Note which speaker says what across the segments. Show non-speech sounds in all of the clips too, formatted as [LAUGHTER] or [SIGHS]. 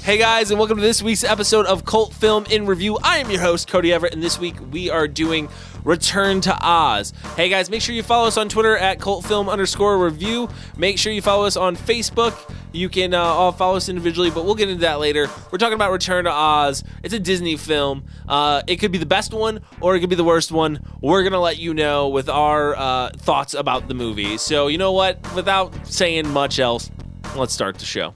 Speaker 1: Hey guys, and welcome to this week's episode of Cult Film in Review. I am your host, Cody Everett, and this week we are doing Return to Oz. Hey guys, make sure you follow us on Twitter at Cult Film underscore review. Make sure you follow us on Facebook. You can uh, all follow us individually, but we'll get into that later. We're talking about Return to Oz. It's a Disney film. Uh, it could be the best one or it could be the worst one. We're going to let you know with our uh, thoughts about the movie. So, you know what? Without saying much else, let's start the show.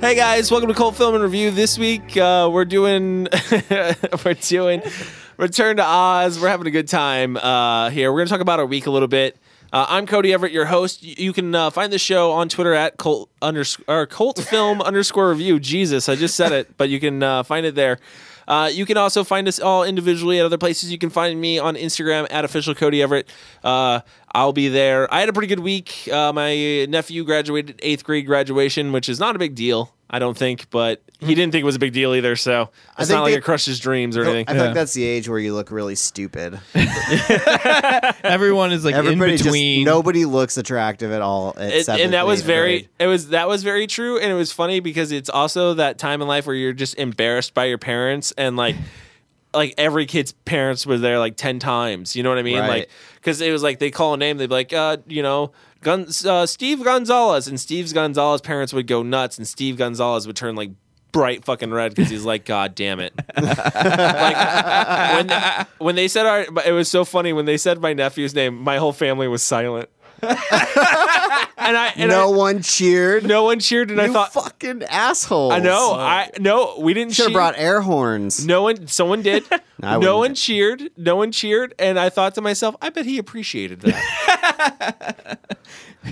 Speaker 1: Hey guys, welcome to Cult Film and Review. This week uh, we're doing [LAUGHS] we're doing Return to Oz. We're having a good time uh, here. We're going to talk about our week a little bit. Uh, I'm Cody Everett, your host. Y- You can uh, find the show on Twitter at cult underscore or cult film underscore review. Jesus, I just said it, but you can uh, find it there. Uh, you can also find us all individually at other places. You can find me on Instagram at official Cody Everett. Uh, I'll be there. I had a pretty good week. Uh, my nephew graduated eighth grade graduation, which is not a big deal, I don't think, but he didn't think it was a big deal either. So it's
Speaker 2: Hmm. think
Speaker 1: not like
Speaker 2: they-
Speaker 1: it crushed his dreams or anything.
Speaker 2: I think that's the age where you look
Speaker 1: [LAUGHS]
Speaker 2: really stupid.
Speaker 3: Everyone is like
Speaker 2: Everybody
Speaker 3: in between.
Speaker 2: just nobody looks attractive at all. At
Speaker 1: It-
Speaker 2: seventh,
Speaker 1: and that was
Speaker 2: eighth
Speaker 1: very
Speaker 2: grade.
Speaker 1: it was that was very true and it was funny because it's also that time in life where you're just embarrassed by your parents and
Speaker 2: [SIGHS]
Speaker 1: like like every kid's parents were there like 10 times you know what i mean
Speaker 2: Right.
Speaker 1: like because it was like they call a name they'd be like uh you know Guns, uh, steve gonzalez and steve's gonzalez parents would go nuts and steve gonzalez would turn like bright fucking red because he's like god damn
Speaker 2: [LAUGHS]
Speaker 1: it like when they, when they said our but it was so funny when they said my nephew's name my whole family was
Speaker 2: [LAUGHS]
Speaker 1: silent [LAUGHS] and i and I,
Speaker 2: no one cheered.
Speaker 1: no one cheered, and I
Speaker 2: you
Speaker 1: thought,
Speaker 2: fucking assholes.
Speaker 1: I know, I no, we didn't
Speaker 2: should
Speaker 1: cheer.
Speaker 2: have brought air horns.
Speaker 1: no one, someone
Speaker 2: [LAUGHS]
Speaker 1: did.
Speaker 2: I
Speaker 1: no
Speaker 2: wouldn't.
Speaker 1: one cheered. No one cheered, and I thought to myself, I bet he appreciated [LAUGHS] that.
Speaker 3: [LAUGHS]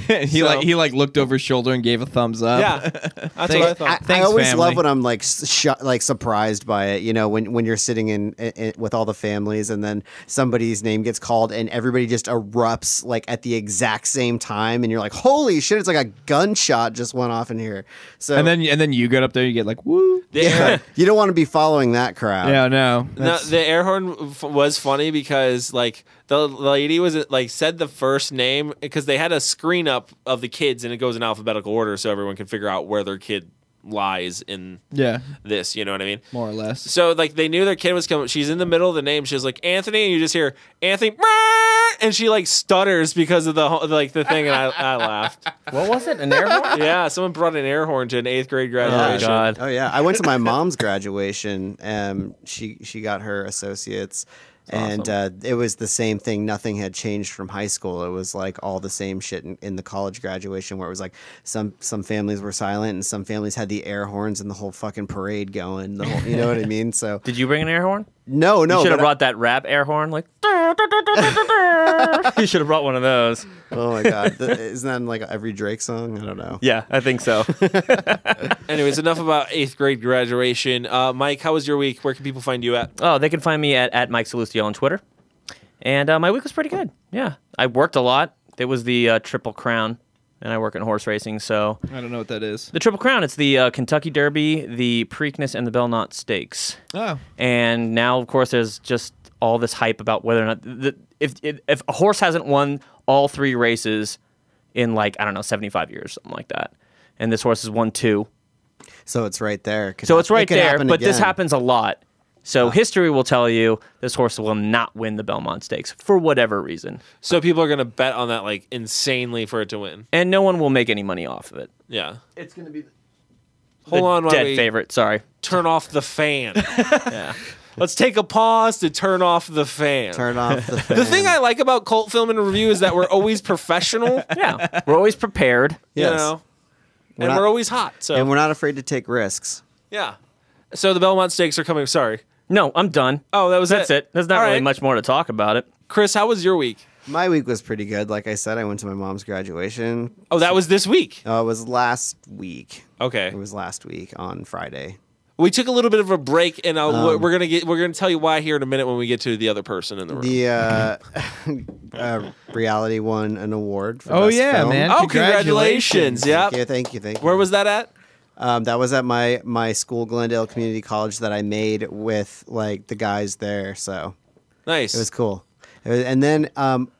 Speaker 3: he
Speaker 1: So-
Speaker 3: like he like looked over his shoulder and gave a thumbs up.
Speaker 1: yeah, that's what I
Speaker 3: Thanks.
Speaker 1: thought.
Speaker 2: I
Speaker 3: Thanks,
Speaker 2: always
Speaker 3: family.
Speaker 2: love when I'm like s- sh- like surprised by it. You know, when when you're sitting in, i i- with all the families, and then somebody's name gets called, and everybody just erupts like at the exact same time, and you're like, "Holy shit!" It's like a gunshot just went off in here. So
Speaker 3: And then and then you get up there, you get like woo.
Speaker 1: The
Speaker 2: yeah,
Speaker 1: air,
Speaker 2: [LAUGHS] you don't want to be following that crowd.
Speaker 3: Yeah, no.
Speaker 1: [LAUGHS] no, the air horn f- was funny because like the lady was like said the first name because they had a screen up of the kids and it goes in alphabetical order so everyone can figure out where their kid lies in
Speaker 3: Yeah,
Speaker 1: this. You know what I mean?
Speaker 3: more or less.
Speaker 1: So like they knew their kid was coming. She's in the middle of the name. She's like Anthony, and you just hear Anthony, [LAUGHS] "Brrr," and she like stutters because of the whole- like the thing, and I, I laughed.
Speaker 4: [LAUGHS] What was it? An air
Speaker 1: [LAUGHS]
Speaker 4: horn?
Speaker 1: Yeah, someone brought an air horn to an eighth grade graduation.
Speaker 2: Oh yeah, I went to my mom's graduation. Um, she she got her associates, and uh, it was the same thing. Nothing had changed from high school. It was like all the same shit in, in the college graduation, where it was like some some families were silent and some families had the air horns and the whole fucking parade going. The whole, you know what I mean? So
Speaker 4: Did [LAUGHS] you bring an air horn?
Speaker 2: no, no,
Speaker 4: you should have
Speaker 2: but I-
Speaker 4: brought that rap air horn. Like, [LAUGHS] you should have brought one of those.
Speaker 2: oh my god, Th- isn't that in like every Drake song? I don't know.
Speaker 4: Yeah, I think so. [LAUGHS]
Speaker 1: Anyways, enough about eighth grade graduation. Uh, Mike, how was your week? Where can people find you at?
Speaker 4: oh, they can find me at, at Mike Salustio on Twitter. And uh, my week was pretty good. Yeah, I worked a lot. It was the uh, Triple Crown, and I work in horse racing. So
Speaker 3: I don't know what that is.
Speaker 4: the Triple Crown, it's the uh, Kentucky Derby, the Preakness, and the Belknap Stakes.
Speaker 3: Oh,
Speaker 4: and now of course there's just all this hype about whether or not the, if, if if a horse hasn't won all three races in like I don't know 75 years something like that and this horse has won two
Speaker 2: So it's right there. It could
Speaker 4: so
Speaker 2: hap-
Speaker 4: it's right
Speaker 2: it could
Speaker 4: there
Speaker 2: happen
Speaker 4: but this
Speaker 2: again.
Speaker 4: happens a lot so history will tell you this horse will not win the Belmont Stakes for whatever reason
Speaker 1: So people are gonna bet on that like insanely for it to win.
Speaker 4: and no one will make any money off of it
Speaker 1: Yeah.
Speaker 4: it's going to be
Speaker 1: Hold on, while
Speaker 4: dead
Speaker 1: we [LAUGHS]
Speaker 4: favorite sorry
Speaker 1: turn off the
Speaker 4: [LAUGHS]
Speaker 1: fan. Let's take a pause to turn off the fan.
Speaker 2: Turn off the,
Speaker 4: [LAUGHS]
Speaker 1: the thing
Speaker 2: fan.
Speaker 1: I like about
Speaker 2: [LAUGHS]
Speaker 1: cult film and review is that we're always professional.
Speaker 4: yeah we're always prepared
Speaker 1: You
Speaker 2: Yes.
Speaker 1: know, and
Speaker 2: not-
Speaker 1: we're always hot. So
Speaker 2: and we're not afraid to take risks.
Speaker 1: yeah. So the Belmont Stakes are coming. Sorry.
Speaker 4: No, I'm done.
Speaker 1: Oh, that was
Speaker 4: That's
Speaker 1: it.
Speaker 4: it. There's not
Speaker 1: All
Speaker 4: really
Speaker 1: right.
Speaker 4: much more to talk about it.
Speaker 1: Chris, how was your week?
Speaker 2: My week was pretty good. Like I said, I went to my mom's graduation.
Speaker 1: Oh, that was this week.
Speaker 2: Uh, it was last week.
Speaker 1: Okay.
Speaker 2: It was last week on Friday.
Speaker 1: We took a little bit of a break, and I'll,
Speaker 2: Um,
Speaker 1: we're gonna get we're gonna tell you why here in a minute when we get to the other person in the room. [LAUGHS]
Speaker 2: The uh, [LAUGHS] uh, reality won an award. For
Speaker 3: Oh,
Speaker 2: best
Speaker 3: yeah,
Speaker 2: film.
Speaker 3: man.
Speaker 1: oh,
Speaker 3: Congratulations.
Speaker 1: congratulations! Yep.
Speaker 2: Thank you, thank you, thank you.
Speaker 1: Where was that at?
Speaker 2: Um, that was at my my school, Glendale Community College, that I made with like the guys there. So
Speaker 1: Nice.
Speaker 2: it was cool. It was- and then um,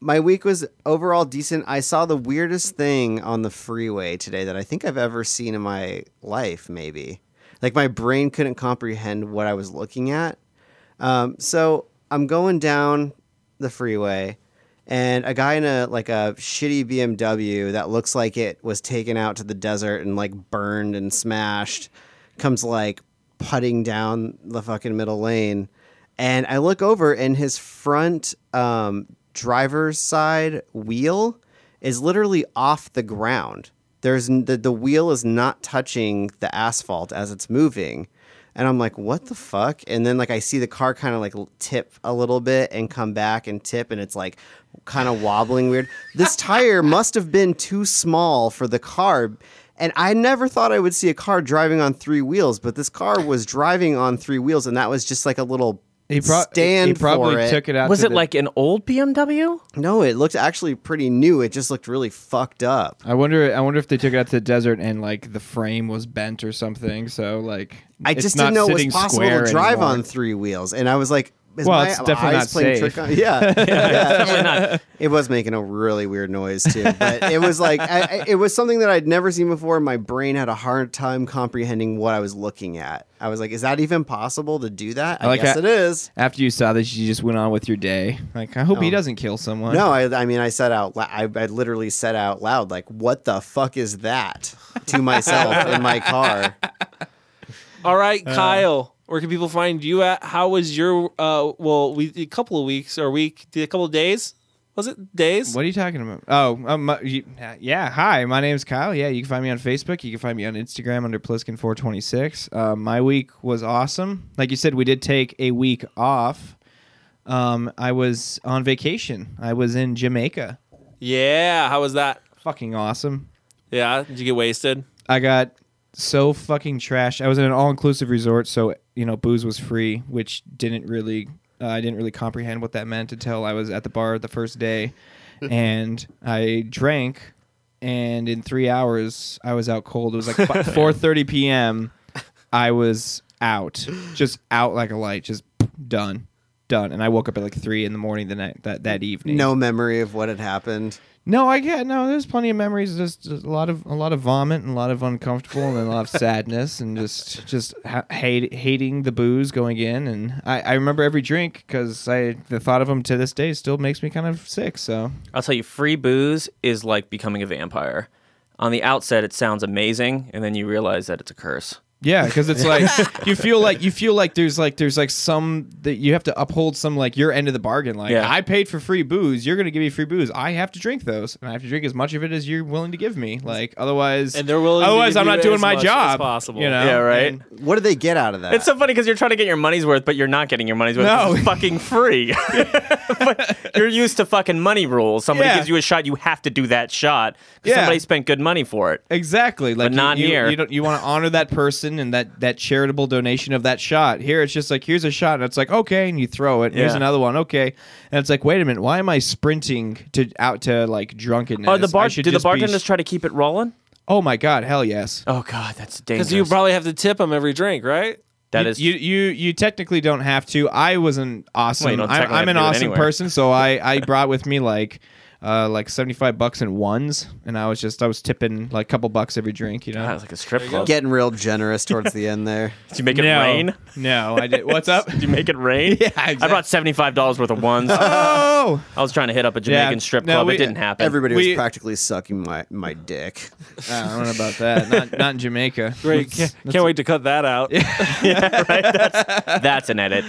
Speaker 2: my week was overall decent. I saw the weirdest thing on the freeway today that I think I've ever seen in my life. Maybe like my brain couldn't comprehend what I was looking at. Um, so I'm going down the freeway, and a guy in a like a shitty BMW that looks like it was taken out to the desert and like burned and smashed comes like putting down the fucking middle lane. And I look over, and his front um, driver's side wheel is literally off the ground. There's n- the, the wheel is not touching the asphalt as it's moving. And I'm like, what the fuck? And then like I see the car kind of like l- tip a little bit and come back and tip, and it's like kind of wobbling weird. This
Speaker 3: [LAUGHS]
Speaker 2: tire must have been too small for the car. And I never thought I would see a car driving on three wheels, but this car was driving on three wheels, and that was just like a little
Speaker 3: He, pro-
Speaker 2: stand
Speaker 3: he probably
Speaker 2: for it.
Speaker 3: took it out.
Speaker 4: Was
Speaker 3: to
Speaker 4: it
Speaker 3: the-
Speaker 4: like an old BMW?
Speaker 2: No, it looked actually pretty new. It just looked really fucked up.
Speaker 3: I wonder. I wonder if they took it out to the desert and like the frame was bent or something. So like,
Speaker 2: I
Speaker 3: it's
Speaker 2: just
Speaker 3: not
Speaker 2: didn't know it was
Speaker 3: sitting
Speaker 2: possible
Speaker 3: square
Speaker 2: to drive
Speaker 3: anymore.
Speaker 2: on three wheels, and I was like, is
Speaker 3: Well,
Speaker 2: my
Speaker 3: it's definitely
Speaker 2: eyes
Speaker 3: not
Speaker 2: playing
Speaker 3: safe. [LAUGHS]
Speaker 2: trick on? [LAUGHS] Yeah, yeah. It was making a really weird noise too, but it was like I, I- it was something that I'd never seen before. My brain had a hard time comprehending what I was looking at. I was like, is that even possible to do that? I
Speaker 3: like
Speaker 2: guess
Speaker 3: that.
Speaker 2: it is.
Speaker 3: After you saw this, you just went on with your day. Like, I hope he doesn't kill someone.
Speaker 2: No, I, I mean, I said out, lou- I, I literally said out loud, like, "What the fuck is that?" to myself in
Speaker 3: [LAUGHS]
Speaker 2: my car.
Speaker 1: All right,
Speaker 2: Uh,
Speaker 1: Kyle. Where can people find you at? How was your uh? Well, we a couple of weeks or week, a couple of days. Was it days?
Speaker 3: What are you talking about? Oh, um, my- you- yeah. Hi, my name's Kyle. Yeah, you can find me on Facebook. You can find me on Instagram under Pliskin426. Uh, my week was awesome. Like you said, we did take a week off. Um, I was on vacation. I was in Jamaica.
Speaker 1: Yeah. How was that?
Speaker 3: Fucking awesome.
Speaker 1: Yeah. Did you get wasted?
Speaker 3: I got so fucking trashed. I was in an all-inclusive resort, so you know booze was free, which didn't really uh, I didn't really comprehend what that meant until I was at the bar the first day, and I drank, and in three hours I was out cold. It was like four thirty p.m. I was out, just out like a light, just done, done. And I woke up at like three in the morning the night that that evening.
Speaker 2: No memory of what had happened.
Speaker 3: No, I get no. There's plenty of memories. Just a lot of a lot of vomit and a lot of uncomfortable and a [LAUGHS] lot of sadness and just just ha- hate hating the booze going in. And I, I remember every drink because I the thought of them to this day still makes me kind of sick. So
Speaker 4: I'll tell you, free booze is like becoming a vampire. On the outset, it sounds amazing, and then you realize that it's a curse.
Speaker 3: yeah, because it's
Speaker 1: [LAUGHS]
Speaker 3: like you feel like you feel like there's like there's like some that you have to uphold some like your end of the bargain. Like
Speaker 4: Yeah.
Speaker 3: I paid for free booze. You're gonna give me free booze. I have to drink those and I have to drink as much of it as you're willing to give me. Like otherwise,
Speaker 1: And they're willing to
Speaker 3: Otherwise,
Speaker 1: give
Speaker 3: I'm
Speaker 1: you
Speaker 3: not doing
Speaker 1: as
Speaker 3: my
Speaker 1: much as
Speaker 3: job.
Speaker 1: possible.
Speaker 3: You know?
Speaker 4: Yeah, right.
Speaker 3: And-
Speaker 2: What did they get out of that?
Speaker 4: It's so funny because you're trying to get your money's worth, but you're not getting your money's worth.
Speaker 3: No.
Speaker 4: 'cause It's fucking free. [LAUGHS] but you're used to fucking money rules. Somebody
Speaker 3: Yeah.
Speaker 4: gives you a shot, you have to do that shot because
Speaker 3: Yeah.
Speaker 4: somebody spent good money for it.
Speaker 3: Exactly. Like you-
Speaker 4: not
Speaker 3: you,
Speaker 4: here.
Speaker 3: You, don't, you want to honor that person and that that charitable donation of that shot. Here it's just like here's a shot and it's like okay and you throw it. And Here's
Speaker 4: Yeah.
Speaker 3: another one. Okay. And it's like wait a minute, why am I sprinting to out to like drunkenness?
Speaker 4: Are Oh, the
Speaker 3: I
Speaker 4: bar?
Speaker 3: should
Speaker 4: Do the
Speaker 3: just be-
Speaker 4: bartenders try to keep it rolling?
Speaker 3: Oh my god, hell yes.
Speaker 4: Oh god, that's dangerous.
Speaker 1: Because you probably have to tip them every drink, right?
Speaker 4: that is [LAUGHS]
Speaker 3: you, you you technically don't have to. I was an
Speaker 4: Well, you
Speaker 3: awesome.
Speaker 4: don't
Speaker 3: I'm,
Speaker 4: technically
Speaker 3: I'm an
Speaker 4: have to do
Speaker 3: awesome
Speaker 4: it anyway.
Speaker 3: person, so I
Speaker 4: [LAUGHS]
Speaker 3: I brought with me like. Uh, like seventy five bucks in ones, and I was just I was tipping like a couple bucks every drink, you know.
Speaker 4: God, it's like a strip club.
Speaker 2: Getting real generous towards the end there.
Speaker 4: Did you make it
Speaker 3: no,
Speaker 4: rain?
Speaker 3: no, I did.
Speaker 4: [LAUGHS]
Speaker 3: What's up?
Speaker 4: Did you make
Speaker 3: [LAUGHS]
Speaker 4: it rain? yeah, I
Speaker 3: exactly.
Speaker 4: brought seventy five dollars worth
Speaker 3: [LAUGHS]
Speaker 4: of ones. I
Speaker 3: oh,
Speaker 4: was trying to hit up a Jamaican
Speaker 3: Yeah,
Speaker 4: strip
Speaker 3: no,
Speaker 4: club.
Speaker 3: we-
Speaker 4: it didn't happen.
Speaker 2: Everybody
Speaker 3: We-
Speaker 2: was practically sucking my, my dick.
Speaker 3: I don't know about that. Not, not in Jamaica.
Speaker 1: Great. Can't, can't wait to cut that out.
Speaker 4: [LAUGHS] That's an edit.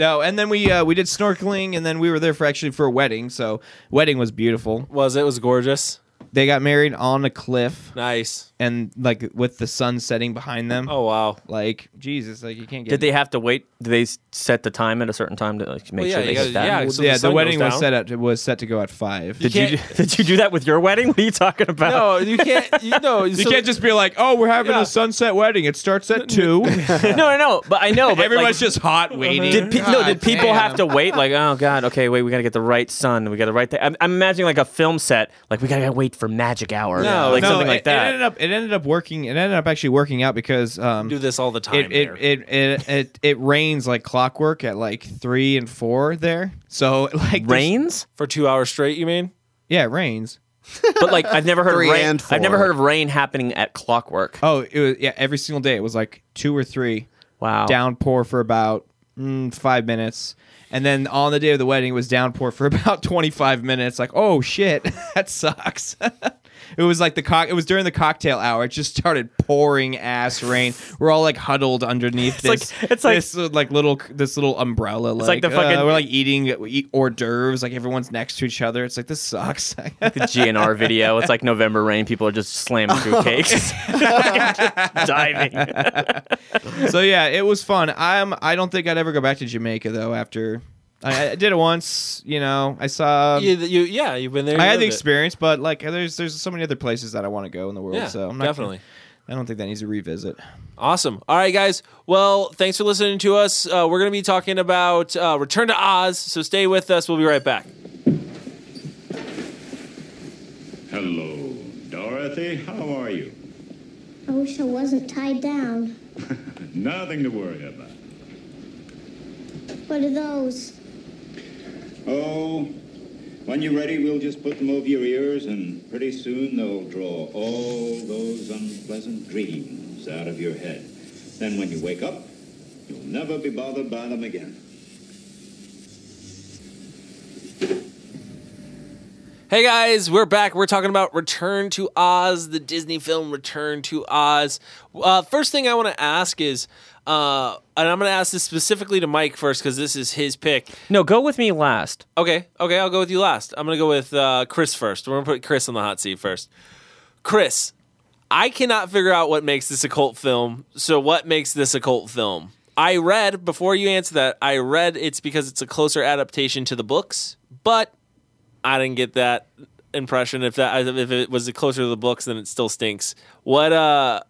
Speaker 3: No, and then we uh, we did snorkeling, and then we were there for actually for a wedding. So wedding was beautiful.
Speaker 1: Was it was gorgeous.
Speaker 3: They got married on a cliff
Speaker 1: Nice.
Speaker 3: and like with the sun setting behind them.
Speaker 1: Oh wow.
Speaker 3: Like Jesus, like you can't get
Speaker 4: Did they have to wait? Did they s- set the time at a certain time to like make
Speaker 1: Well,
Speaker 4: sure
Speaker 1: yeah,
Speaker 4: they
Speaker 1: you
Speaker 4: hit
Speaker 1: gotta-
Speaker 4: that?
Speaker 1: yeah,
Speaker 3: Well,
Speaker 1: so the
Speaker 3: yeah, the,
Speaker 1: sun
Speaker 3: wedding
Speaker 1: goes
Speaker 3: was set at was set to go at five.
Speaker 4: Did you, [LAUGHS]
Speaker 1: can't-
Speaker 4: did you do that with your wedding? What are you talking about?
Speaker 1: No, you can't. [LAUGHS] You know,
Speaker 3: You can't just be like, "Oh, we're having
Speaker 1: Yeah.
Speaker 3: a sunset wedding. It starts at 2."
Speaker 4: [LAUGHS] no, no, no. But I know. But
Speaker 3: Everyone's
Speaker 4: like,
Speaker 3: just
Speaker 1: uh-huh.
Speaker 3: hot waiting.
Speaker 4: Did pe- no? Did
Speaker 5: God
Speaker 4: people have
Speaker 5: damn.
Speaker 4: to wait? Like, oh god, okay, wait, we gotta get the right sun. We got the right. Th- I'm, I'm imagining like a film set. Like, we gotta wait for magic hour.
Speaker 1: No,
Speaker 4: like
Speaker 3: No,
Speaker 4: something
Speaker 3: it-
Speaker 4: like
Speaker 3: It
Speaker 4: that.
Speaker 3: ended up it ended up working. It ended up actually working out because um
Speaker 1: do this all the time.
Speaker 3: it it,
Speaker 1: there.
Speaker 3: it it it it rains like clockwork at like 3 and 4 there. So [LAUGHS] like there's-
Speaker 4: Rains,
Speaker 1: for two hours straight. You mean?
Speaker 3: Yeah, it rains.
Speaker 4: but like I've never heard of
Speaker 2: Three
Speaker 4: rain.
Speaker 2: and
Speaker 4: I've never
Speaker 2: four.
Speaker 4: heard of rain happening at clockwork.
Speaker 3: Oh, it was yeah, every single day it was like 2 or 3.
Speaker 4: Wow.
Speaker 3: Downpour for about mm, 5 minutes. And then on the day of the wedding, it was downpour for [LAUGHS] about 25 minutes. Like, oh shit, [LAUGHS] that sucks. [LAUGHS] it was like the cock. It was during the cocktail hour. It just started pouring ass rain. We're all like huddled underneath
Speaker 4: like-
Speaker 3: this.
Speaker 4: it's like-
Speaker 3: this uh, like little this little umbrella. It's
Speaker 4: like the fucking-
Speaker 3: we're like eating we eat hors d'oeuvres. Like everyone's next to each other. It's like this sucks. [LAUGHS]
Speaker 4: the GNR video. It's like November rain. People are just slamming through cakes, Just diving.
Speaker 3: so yeah, it was fun. I'm. I don't think I'd ever go back to Jamaica though. After I, I did it once. You know, I saw.
Speaker 1: You, you, yeah, you've been there.
Speaker 3: I had
Speaker 1: you
Speaker 3: the
Speaker 1: lived it.
Speaker 3: experience, but like, there's there's so many other places that I want to go in the world.
Speaker 1: Yeah,
Speaker 3: so I'm not,
Speaker 1: definitely.
Speaker 3: I don't think that needs a revisit.
Speaker 1: Awesome. All right, guys. Well, thanks for listening to us. Uh, we're going to be talking about uh, Return to Oz, so stay with us. We'll be right back.
Speaker 6: Hello, Dorothy. How are you?
Speaker 7: I wish I wasn't tied down.
Speaker 6: Nothing to worry about.
Speaker 7: What are those?
Speaker 6: Oh, when you're ready, we'll just put them over your ears, and pretty soon they'll draw all those unpleasant dreams out of your head. Then when you wake up, you'll never be bothered by them again.
Speaker 1: Hey, guys. We're back. We're talking about Return to Oz, the Disney film Return to Oz. Uh, first thing I want to ask is, uh, and I'm going to ask this specifically to Mike first because this is his pick.
Speaker 4: No, go with me last.
Speaker 1: Okay, okay, I'll go with you last. I'm gonna go with uh, Chris first. We're gonna put Chris on the hot seat first. Chris, I cannot figure out what makes this a cult film. So, what makes this a cult film? I read before you answer that. I read it's because it's a closer adaptation to the books, but I didn't get that impression. If that if it was closer to the books, then it still stinks. What? uh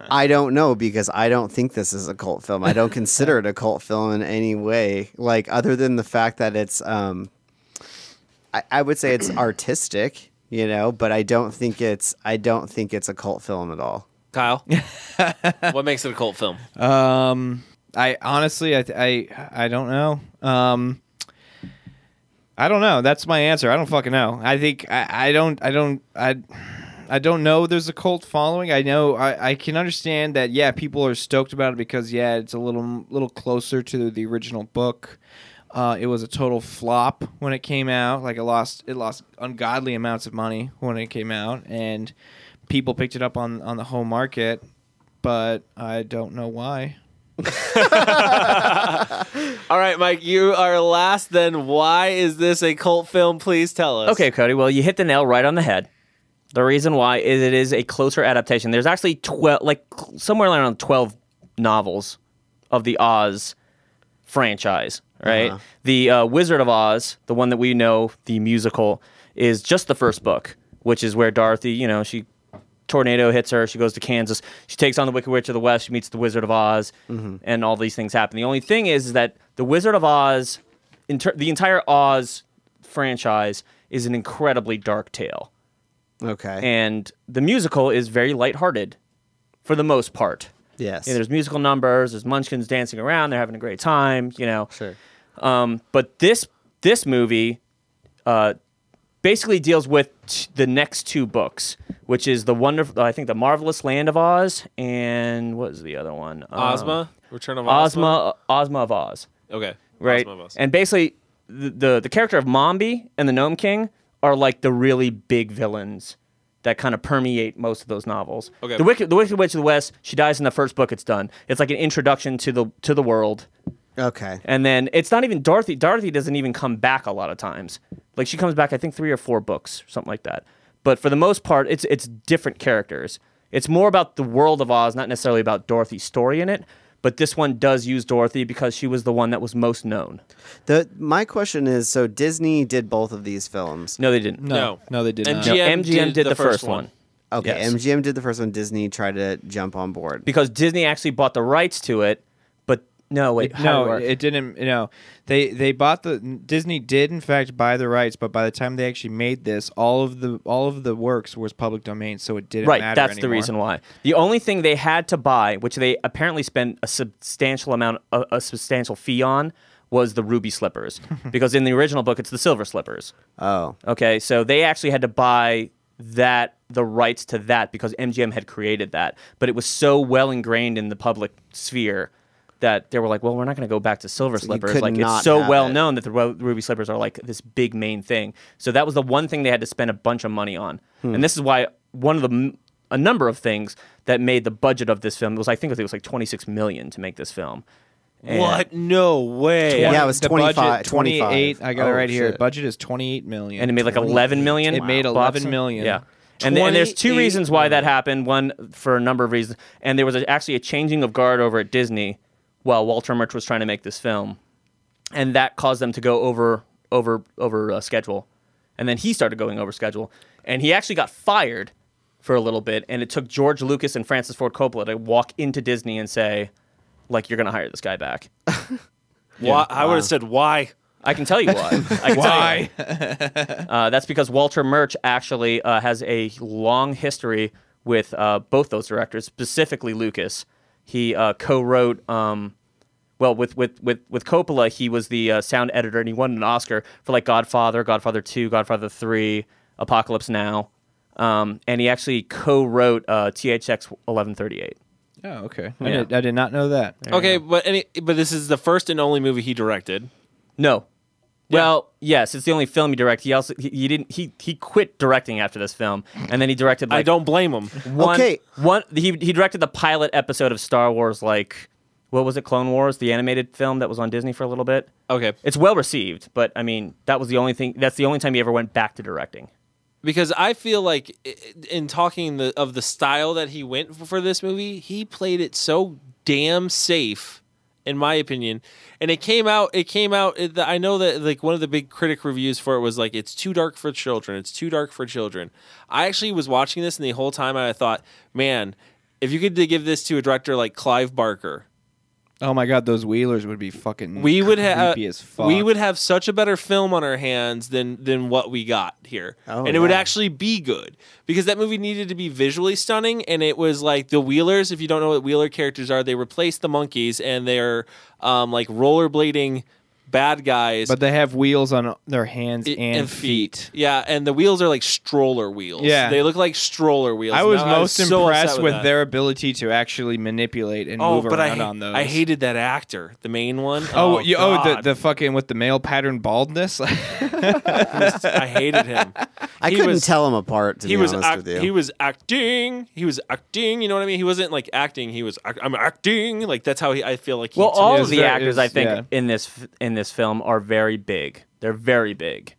Speaker 2: I don't know because I don't think this is a cult film. I don't consider it a cult film in any way, like other than the fact that it's, um, I, I would say it's artistic, you know, but I don't think it's, I don't think it's a cult film at all.
Speaker 1: Kyle, what makes it a cult film?
Speaker 3: Um, I honestly, I, I, I don't know. Um, I don't know. That's my answer. I don't fucking know. I think I, I don't, I don't, I, I don't know. There's a cult following. I know. I, I can understand that. Yeah, people are stoked about it because yeah, it's a little, little closer to the original book. Uh, it was a total flop when it came out. Like it lost, it lost ungodly amounts of money when it came out, and people picked it up on on the home market but I don't know why.
Speaker 1: All right, Mike, you are last. Then why is this a cult film? Please tell us.
Speaker 4: Okay, Cody. Well, you hit the nail right on the head. The reason why is it is a closer adaptation. There's actually twelve, like cl- somewhere around twelve novels of the Oz franchise. Right. The uh, Wizard of Oz, the one that we know, the musical, is just the first book, which is where Dorothy, you know, she tornado hits her. She goes to Kansas. She takes on the Wicked Witch of the West. She meets the Wizard of Oz, and all these things happen. The only thing is, is that the Wizard of Oz, inter- the entire Oz franchise, is an incredibly dark tale,
Speaker 2: Okay.
Speaker 4: and the musical is very lighthearted, for the most part.
Speaker 2: yes.
Speaker 4: You know, there's musical numbers. There's Munchkins dancing around. They're having a great time. You know,
Speaker 2: Sure.
Speaker 4: um, but this this movie uh, basically deals with t- the next two books, which is the wonderful, I think, the marvelous Land of Oz, and what is the other one? Um,
Speaker 1: Ozma, Return of Ozma.
Speaker 4: Ozma, uh, Ozma of Oz,
Speaker 1: Okay.
Speaker 4: right?
Speaker 1: Ozma of Oz.
Speaker 4: And basically, the, the the character of Mombi and the Gnome King are like the really big villains that kind of permeate most of those novels.
Speaker 1: Okay.
Speaker 4: The Wicked, the Wicked Witch of the West, she dies in the first book. It's done. It's like an introduction to the to the world.
Speaker 2: Okay.
Speaker 4: And then it's not even Dorothy. Dorothy doesn't even come back a lot of times. Like she comes back, I think three or four books, something like that. But for the most part, it's it's different characters. It's more about the world of Oz, not necessarily about Dorothy's story in it. But this one does use Dorothy because she was the one that was most known.
Speaker 2: The my question is, so Disney did both of these films?
Speaker 4: No, they didn't.
Speaker 3: No. No. No, they did not.
Speaker 4: No, MGM did, the, first, one.
Speaker 2: Okay,
Speaker 4: Yes.
Speaker 2: MGM did the first one. Disney tried to jump on board.
Speaker 4: because Disney actually bought the rights to it. But no, wait, how did it
Speaker 3: no,
Speaker 4: work?
Speaker 3: it didn't. No, they they bought the Disney did in fact buy the rights, but by the time they actually made this, all of the all of the works was public domain, so it didn't
Speaker 4: right
Speaker 3: matter.
Speaker 4: that's the
Speaker 3: anymore.
Speaker 4: reason why the only thing they had to buy which they apparently spent a substantial amount a, a substantial fee on was the
Speaker 3: [LAUGHS]
Speaker 4: ruby slippers because in the original book it's the silver slippers
Speaker 2: Oh,
Speaker 4: okay so they actually had to buy that the rights to that because mgm had created that but it was so well ingrained in the public sphere that they were like, well, we're not going to go back to silver
Speaker 2: you
Speaker 4: slippers.
Speaker 2: could
Speaker 4: Like
Speaker 2: not
Speaker 4: it's so
Speaker 2: have
Speaker 4: well
Speaker 2: it.
Speaker 4: known that the Ru- ruby slippers are like this big main thing. So that was the one thing they had to spend a bunch of money on,
Speaker 2: Hmm.
Speaker 4: and this is why one of the m- a number of things that made the budget of this film it was I think it was like twenty six million to make this film. And-
Speaker 1: What? No way.
Speaker 2: Yeah, it was
Speaker 3: The budget,
Speaker 2: 25
Speaker 3: 28 I got it
Speaker 2: Oh,
Speaker 3: right here.
Speaker 2: shit.
Speaker 3: Budget is 28 million.
Speaker 4: and it made like 11 million.
Speaker 3: It made
Speaker 4: box
Speaker 3: 11
Speaker 4: office.
Speaker 3: million.
Speaker 4: Yeah. And, th- and there's two
Speaker 1: 28
Speaker 4: reasons why that happened. One for a number of reasons, and there was a, actually a changing of guard over at Disney while Walter Murch was trying to make this film, and that caused them to go over over over uh, schedule, and then he started going over schedule, and he actually got fired for a little bit, and it took George Lucas and Francis Ford Coppola to walk into Disney and say, like, you're gonna hire this
Speaker 1: [LAUGHS]
Speaker 4: guy back.
Speaker 1: Why, I would have said why.
Speaker 4: I can tell you why. I can tell you
Speaker 1: Why?
Speaker 4: Uh, that's because Walter Murch actually uh, has a long history with uh, both those directors, specifically Lucas. He uh, co-wrote, um, well, with, with with with Coppola, he was the uh, sound editor, and he won an Oscar for like Godfather, Godfather Two, Godfather Three, Apocalypse Now, um, and he actually co-wrote uh, THX 1138.
Speaker 3: Oh, okay. I,
Speaker 4: Yeah.
Speaker 3: did, I did not know that.
Speaker 1: Okay, but any, but this is the first and only movie he directed.
Speaker 4: No. Well, yes, it's the only film he directed. He also he, he didn't he he quit directing after this film, and then he directed. Like,
Speaker 1: I don't blame him.
Speaker 4: One,
Speaker 2: Okay.
Speaker 4: One. He he directed the pilot episode of Star Wars, like what was it, Clone Wars, the animated film that was on Disney for a little bit.
Speaker 1: Okay,
Speaker 4: It's well received, but I mean that was the only thing. That's the only time he ever went back to directing.
Speaker 1: because I feel like i- in talking the, of the style that he went for, for this movie, he played it so damn safe, in my opinion. And it came out. It came out. it- I know that like one of the big critic reviews for it was like it's too dark for children. It's too dark for children. I actually was watching this, and the whole time I thought, man, if you could give this to a director like Clive Barker,
Speaker 3: Oh my god, those wheelers would be fucking
Speaker 1: we would have
Speaker 3: creepy as fuck.
Speaker 1: we would have such a better film on our hands than than what we got here
Speaker 2: Oh,
Speaker 1: and it would
Speaker 2: yeah.
Speaker 1: actually be good because that movie needed to be visually stunning and it was like the wheelers if you don't know what wheeler characters are they replace the monkeys and they're um, like rollerblading bad guys
Speaker 3: But they have wheels on their hands
Speaker 1: i-
Speaker 3: and, feet.
Speaker 1: yeah and the wheels are like stroller wheels
Speaker 3: Yeah.
Speaker 1: they look like stroller wheels
Speaker 3: I
Speaker 1: And
Speaker 3: was most
Speaker 1: so upset
Speaker 3: impressed with
Speaker 1: that.
Speaker 3: their ability to actually manipulate and
Speaker 1: oh
Speaker 3: move
Speaker 1: but
Speaker 3: around
Speaker 1: I, ha-
Speaker 3: on those.
Speaker 1: I hated that actor the main one.
Speaker 3: Oh, you, oh the,
Speaker 1: God.
Speaker 3: the fucking with the male pattern baldness. [LAUGHS]
Speaker 1: [LAUGHS] I hated him
Speaker 2: I
Speaker 1: He
Speaker 2: couldn't
Speaker 1: was-
Speaker 2: tell them apart. To
Speaker 1: he
Speaker 2: be
Speaker 1: was
Speaker 2: honest
Speaker 1: act-
Speaker 2: with you,
Speaker 1: he was acting. He was acting. You know what I mean? He wasn't like acting. He was ac- I'm acting. Like that's how he. I feel like he
Speaker 4: Well,
Speaker 1: took-
Speaker 4: all
Speaker 3: it
Speaker 4: of
Speaker 3: was
Speaker 4: the
Speaker 3: very- it
Speaker 4: actors
Speaker 3: was-
Speaker 4: I think
Speaker 3: yeah.
Speaker 4: in this f- in this film are very big. They're very big.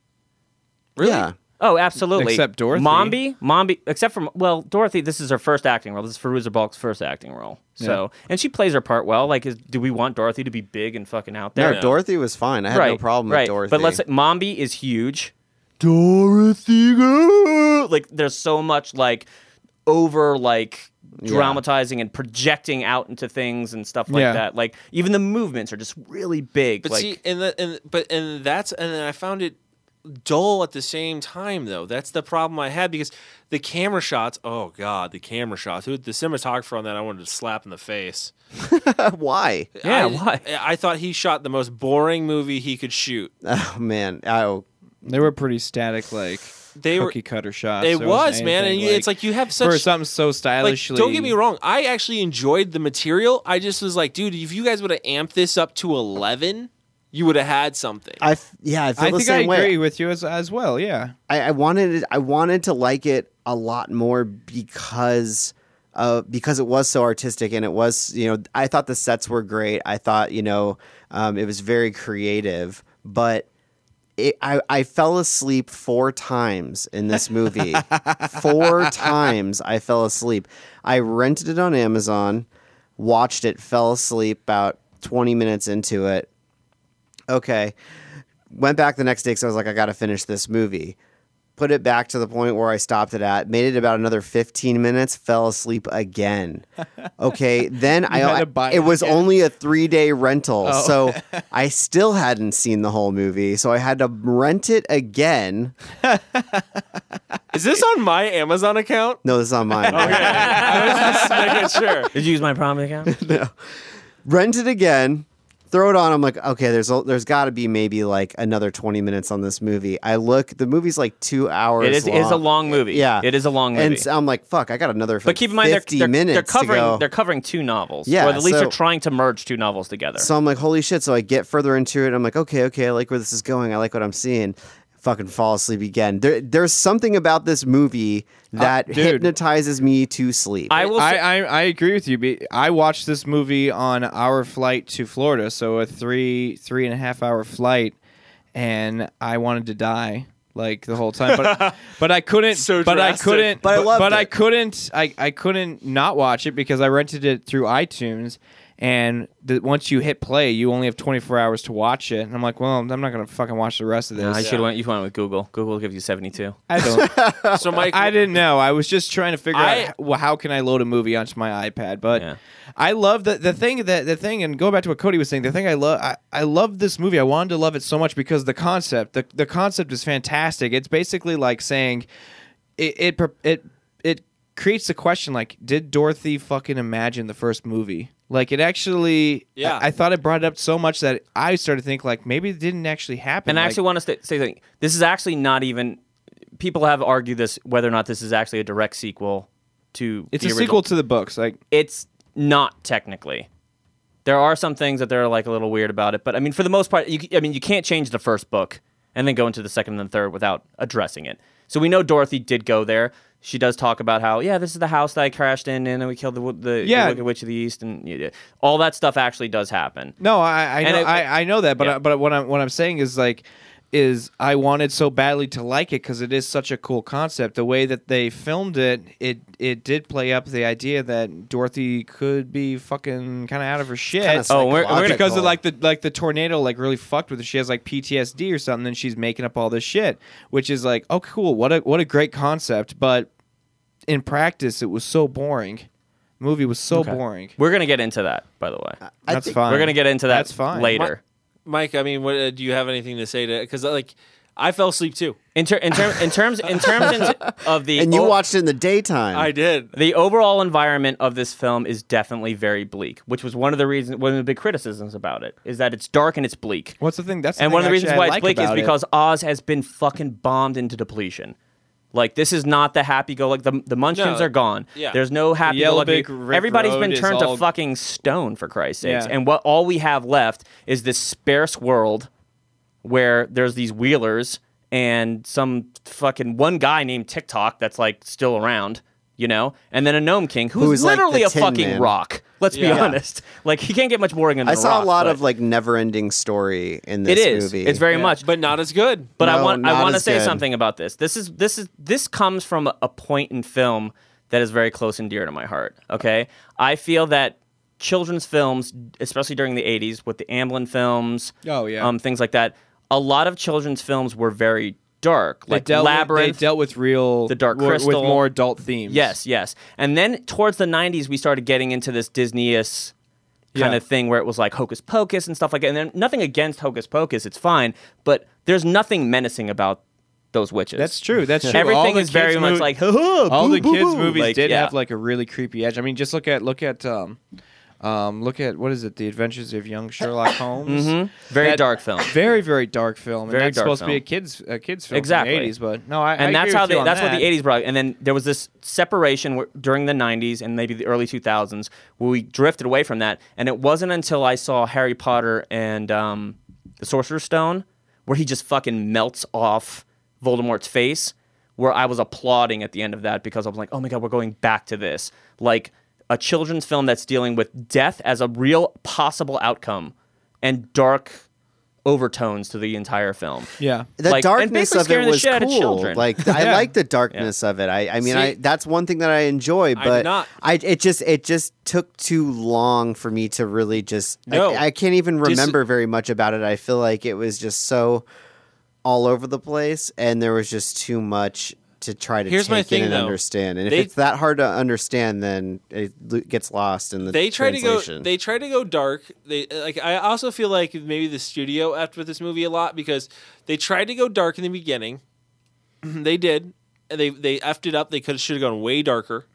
Speaker 2: really. Yeah.
Speaker 4: Oh, absolutely.
Speaker 3: Except Dorothy.
Speaker 4: Mombi, Mombi, except for well, Dorothy. This is her first acting role. This is Feruza Balk's first acting role. So, and she plays her part well. Like, is, do we want Dorothy to be big and fucking out there?
Speaker 2: No, Dorothy was fine. I had no problem with
Speaker 4: right.
Speaker 2: Dorothy.
Speaker 4: But let's say Mombi is huge. Dorothy, girl! like there's so much like over like dramatizing and projecting out into things and stuff like
Speaker 3: Yeah.
Speaker 4: that. Like even the movements are just really big.
Speaker 1: But
Speaker 4: like,
Speaker 1: see, and the, and but and that's and then I found it dull at the same time though. That's the problem I had because the camera shots. Oh god, the camera shots. Who the cinematographer on that? I wanted to slap in the face.
Speaker 2: [LAUGHS] why?
Speaker 4: yeah,
Speaker 1: I,
Speaker 4: [LAUGHS] why?
Speaker 1: I thought he shot the most boring movie he could shoot.
Speaker 2: Oh man. Oh,
Speaker 3: they were pretty static, like
Speaker 1: They were-
Speaker 3: cookie cutter shots.
Speaker 1: It
Speaker 3: There
Speaker 1: was,
Speaker 3: wasn't
Speaker 1: man, and
Speaker 3: anything,
Speaker 1: you, it's like you have such
Speaker 3: for something so
Speaker 1: like,
Speaker 3: stylishly.
Speaker 1: don't get me wrong. I actually enjoyed the material. I just was like, dude, if you guys would have amped this up to 11, you would have had something.
Speaker 2: I f- yeah. I feel
Speaker 3: I
Speaker 2: the
Speaker 3: think I
Speaker 2: same
Speaker 3: agree
Speaker 2: way.
Speaker 3: with you as as well. Yeah.
Speaker 2: I, I wanted it, I wanted to like it a lot more because uh, because it was so artistic and it was you know I thought the sets were great. I thought you know um, it was very creative, but it, I, I fell asleep four times in this movie. four times I fell asleep. I rented it on Amazon, watched it, fell asleep about 20 minutes into it. Okay. Went back the next day because I was like, I got to finish this movie. Put it back to the point where I stopped it at, made it about another 15 minutes, fell asleep
Speaker 3: [LAUGHS]
Speaker 2: again. Okay. Then I,
Speaker 3: had to buy
Speaker 2: it,
Speaker 3: it
Speaker 2: was
Speaker 3: again.
Speaker 2: only a three day rental.
Speaker 3: Oh. [LAUGHS]
Speaker 2: So I still hadn't seen the whole movie, so I had to rent it again.
Speaker 1: Is this on my Amazon account?
Speaker 2: No, this is
Speaker 3: [LAUGHS]
Speaker 2: on mine.
Speaker 3: Oh,
Speaker 1: Making sure.
Speaker 4: Did you use my
Speaker 2: [LAUGHS]
Speaker 4: prom account?
Speaker 2: Rent it again. Throw it on. I'm like, okay, there's a, there's got to be maybe like another 20 minutes on this movie. I look, the movie's like two hours.
Speaker 4: It is, it
Speaker 2: long.
Speaker 4: is a long movie.
Speaker 2: Yeah,
Speaker 4: it is a long movie.
Speaker 2: And so I'm like, fuck, I got another.
Speaker 4: but keep in mind, they're,
Speaker 2: 50
Speaker 4: they're,
Speaker 2: minutes
Speaker 4: they're
Speaker 2: to go.
Speaker 4: covering they're covering two novels.
Speaker 2: Yeah,
Speaker 4: or at least
Speaker 2: so-
Speaker 4: they're trying to merge two novels together.
Speaker 2: So I'm like, holy shit. So I get further into it. And I'm like, okay, okay, I like where this is going. I like what I'm seeing. Fucking fall asleep again. There, there's something about this movie that
Speaker 3: dude.
Speaker 2: hypnotizes me to sleep.
Speaker 4: Uh, I will.
Speaker 3: I,
Speaker 4: Say,
Speaker 3: I, I agree with you. be- I watched this movie on our flight to Florida, so a three three and a half hour flight, and I wanted to die like the whole time,
Speaker 1: [LAUGHS]
Speaker 3: but but I couldn't.
Speaker 1: So
Speaker 3: but
Speaker 1: drastic.
Speaker 3: I couldn't.
Speaker 2: But I loved
Speaker 3: I
Speaker 2: it.
Speaker 3: couldn't. I, I couldn't not watch it because I rented it through iTunes. And the, once you hit play, you only have 24 hours to watch it. And I'm like, well, I'm not gonna fucking watch the rest of
Speaker 4: No,
Speaker 3: this.
Speaker 4: I should went. You went with Google. Google gives you seventy two.
Speaker 3: I don't.
Speaker 1: [LAUGHS] So Mike,
Speaker 3: I didn't know. I was just trying to figure
Speaker 1: I-
Speaker 3: out well, how can I load a movie onto my iPad. But
Speaker 4: Yeah.
Speaker 3: I love the the thing that the thing and go back to what Cody was saying. The thing I love I, I love this movie. I wanted to love it so much because the concept the the concept is fantastic. It's basically like saying it it pro- it, it creates the question like did Dorothy fucking imagine the first movie? Like it actually,
Speaker 1: Yeah.
Speaker 3: I, I thought it brought it up so much that I started to think like maybe it didn't actually happen.
Speaker 4: And I
Speaker 3: Like,
Speaker 4: actually want to sta- say something. This is actually not even. People have argued this whether or not this is actually a direct sequel to.
Speaker 3: it's a
Speaker 4: the
Speaker 3: sequel
Speaker 4: original.
Speaker 3: to the books. Like
Speaker 4: It's not technically. There are some things that they're like a little weird about it, but I mean, for the most part, you, c- I mean, you can't change the first book and then go into the second and the third without addressing it. So we know Dorothy did go there. She does talk about how, yeah, this is the house that I crashed in, and then we killed the wo- the,
Speaker 3: Yeah.
Speaker 4: the Wicked Witch of the East, and yeah, yeah. all that stuff actually does happen.
Speaker 3: No, I I
Speaker 4: And
Speaker 3: know,
Speaker 4: it-
Speaker 3: I, I know that, but
Speaker 4: Yeah.
Speaker 3: I, but what I'm what I'm saying is like is I wanted so badly to like it because it is such a cool concept. The way that they filmed it, it it did play up the idea that Dorothy could be fucking kind of out of her shit.
Speaker 2: kinda
Speaker 4: Oh, we're- we're gonna-
Speaker 2: psychological.
Speaker 3: because of like the like the tornado like really fucked with her. She has like PTSD or something, and she's making up all this shit, which is like oh cool, what a what a great concept, but in practice it was so boring. movie was so boring.
Speaker 4: We're gonna get into that, by the way.
Speaker 2: I
Speaker 3: That's
Speaker 2: think-
Speaker 3: fine.
Speaker 4: We're gonna get into that
Speaker 3: That's fine.
Speaker 4: later.
Speaker 1: Mike, I mean, what, uh, do you have anything to say to? Because like, I fell asleep too.
Speaker 4: In, ter- in, ter- in terms in terms in
Speaker 3: [LAUGHS]
Speaker 4: of the
Speaker 2: and you
Speaker 4: o-
Speaker 2: watched it in the daytime.
Speaker 1: I did.
Speaker 4: the overall environment of this film is definitely very bleak, which was one of the reasons one of the big criticisms about it is that it's dark and it's bleak.
Speaker 3: What's the thing? That's the
Speaker 4: and
Speaker 3: thing
Speaker 4: one of the
Speaker 3: actually
Speaker 4: reasons
Speaker 3: I
Speaker 4: why it's
Speaker 3: like
Speaker 4: bleak is
Speaker 3: about it.
Speaker 4: because Oz has been fucking bombed into depletion. Like this is not the happy go like the the munchkins
Speaker 1: No.
Speaker 4: are gone.
Speaker 1: Yeah.
Speaker 4: There's no happy go
Speaker 3: Yellow
Speaker 4: lucky.
Speaker 3: Brick Road
Speaker 4: Everybody's been
Speaker 3: is
Speaker 4: turned to
Speaker 3: all-
Speaker 4: fucking stone for Christ's sakes.
Speaker 3: Yeah.
Speaker 4: And what all we have left is this sparse world where there's these wheelers and some fucking one guy named TikTok that's like still around, you know, and then a gnome king who's,
Speaker 2: Who's like the
Speaker 4: literally a
Speaker 2: Tin
Speaker 4: fucking
Speaker 2: Man.
Speaker 4: rock. Let's be
Speaker 1: Yeah.
Speaker 4: honest. Like he can't get much boring than
Speaker 2: I
Speaker 4: the
Speaker 2: saw
Speaker 4: Rock,
Speaker 2: a lot
Speaker 4: but
Speaker 2: of like never ending story in
Speaker 4: it
Speaker 2: this
Speaker 4: is.
Speaker 2: movie.
Speaker 4: It's very much.
Speaker 1: but not as good.
Speaker 4: But I
Speaker 2: No,
Speaker 4: want I
Speaker 2: not
Speaker 4: want to
Speaker 2: as
Speaker 4: say
Speaker 2: good.
Speaker 4: something about this. This is this is this comes from a, a point in film that is very close and dear to my heart. Okay, I feel that children's films, especially during the '80s, with the Amblin films,
Speaker 3: Oh, yeah.
Speaker 4: um, things like that. A lot of children's films were very dark,
Speaker 3: They
Speaker 4: like
Speaker 3: dealt with-
Speaker 4: Labyrinth.
Speaker 3: they dealt with real
Speaker 4: The Dark
Speaker 3: wi-
Speaker 4: Crystal.
Speaker 3: with more adult themes.
Speaker 4: Yes, yes. And then towards the 90s, we started getting into this Disney-esque kind
Speaker 3: Yeah.
Speaker 4: of thing where it was like Hocus Pocus and stuff like that. And then nothing against Hocus Pocus, it's fine, but there's nothing menacing about those witches.
Speaker 3: that's true. That's true. All
Speaker 4: Everything
Speaker 3: the
Speaker 4: is very
Speaker 3: kids'
Speaker 4: much
Speaker 3: mov- [LAUGHS]
Speaker 4: like, "Ha ha,
Speaker 3: all
Speaker 4: boo,
Speaker 3: the
Speaker 4: boo,
Speaker 3: kids
Speaker 4: boo."
Speaker 3: movies
Speaker 4: Like,
Speaker 3: did
Speaker 4: yeah.
Speaker 3: have like a really creepy edge. I mean, just look at look at um, um, look at what is it? The Adventures of Young
Speaker 4: [LAUGHS]
Speaker 3: Sherlock Holmes.
Speaker 4: Mm-hmm. very
Speaker 3: that-
Speaker 4: dark film.
Speaker 3: Very very dark film. And
Speaker 4: Very
Speaker 3: that's
Speaker 4: dark
Speaker 3: supposed to be
Speaker 4: film.
Speaker 3: a kids a kids film
Speaker 4: Exactly.
Speaker 3: from the 80s, but no, I I
Speaker 4: and that's
Speaker 3: agree
Speaker 4: how
Speaker 3: with
Speaker 4: they,
Speaker 3: you on
Speaker 4: that's what
Speaker 3: that.
Speaker 4: the 80s brought and then there was this separation where, during the 90s and maybe the early 2000s where we drifted away from that and it wasn't until i saw harry potter and um, the sorcerer's stone where he just fucking melts off voldemort's face where i was applauding at the end of that because i was like oh my god we're going back to this like a children's film that's dealing with death as a real possible outcome and dark overtones to the entire film.
Speaker 3: Yeah.
Speaker 2: The
Speaker 4: Like, and
Speaker 2: darkness
Speaker 4: basically
Speaker 2: of
Speaker 4: scaring
Speaker 2: it
Speaker 4: the
Speaker 2: was
Speaker 4: shit out of
Speaker 2: cool.
Speaker 1: [LAUGHS]
Speaker 4: children.
Speaker 2: Like I
Speaker 4: Yeah.
Speaker 2: like the darkness of it. I, I mean, I
Speaker 4: See?
Speaker 2: that's one thing that I enjoy,
Speaker 1: I
Speaker 2: but
Speaker 1: did not-
Speaker 2: I it just it just took too long for me to really just. I-
Speaker 1: No.
Speaker 2: I, can't even
Speaker 1: Dis-
Speaker 2: remember very much about it. I feel like it was just so all over the place, and there was just too much to try to
Speaker 1: Here's
Speaker 2: take
Speaker 1: my thing,
Speaker 2: in and
Speaker 1: though.
Speaker 2: understand. And if
Speaker 1: They-
Speaker 2: it's that hard to understand, then it lo- gets lost in the
Speaker 1: they try to go
Speaker 2: translation.
Speaker 1: they try to go dark they like i also feel like maybe the studio effed with this movie a lot because they tried to go dark in the beginning [CLEARS THROAT] they did and they they effed it up they could should have gone way darker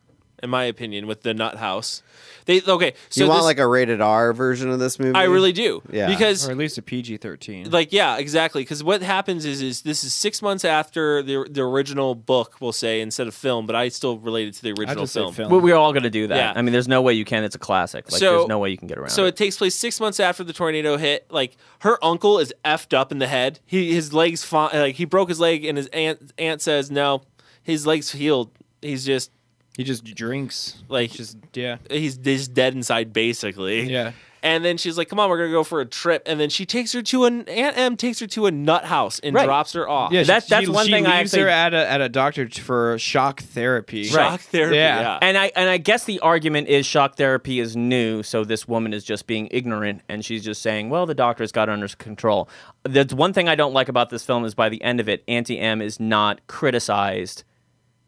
Speaker 1: in my opinion with the nut house they okay so
Speaker 2: you want
Speaker 1: this-
Speaker 2: like a rated R version of this movie?
Speaker 1: i really do
Speaker 2: Yeah.
Speaker 1: because
Speaker 3: or at least a PG thirteen.
Speaker 1: like yeah exactly because what happens is is this is six months after the the original book we'll say instead of film but i still relate it to the
Speaker 3: I
Speaker 1: original
Speaker 3: just say film.
Speaker 4: We- We're all going to do that.
Speaker 1: Yeah.
Speaker 4: I mean, there's no way you can. It's a classic. Like,
Speaker 1: So-
Speaker 4: there's no way you can get around
Speaker 1: So
Speaker 4: it.
Speaker 1: it takes place six months after the tornado hit. Like her uncle is effed up in the head. He his legs fi- like he broke his leg, and his aunt aunt says no, his legs healed. He's just
Speaker 3: He just drinks.
Speaker 1: like
Speaker 3: Just yeah.
Speaker 1: he's just dead inside basically.
Speaker 3: Yeah.
Speaker 1: And then she's like, "Come on, we're gonna go for a trip." And then she takes her to an Aunt M takes her to a nut house and
Speaker 4: Right.
Speaker 1: drops her off.
Speaker 3: Yeah,
Speaker 4: That- that's one thing I
Speaker 3: leaves
Speaker 4: actually-
Speaker 3: her at a at a doctor t- for shock therapy.
Speaker 1: shock therapy. Yeah.
Speaker 3: Yeah.
Speaker 4: and I and I guess the argument is shock therapy is new, so this woman is just being ignorant, and she's just saying, "Well, the doctor's got it under control." That's one thing I don't like about this film is by the end of it, Auntie M is not criticized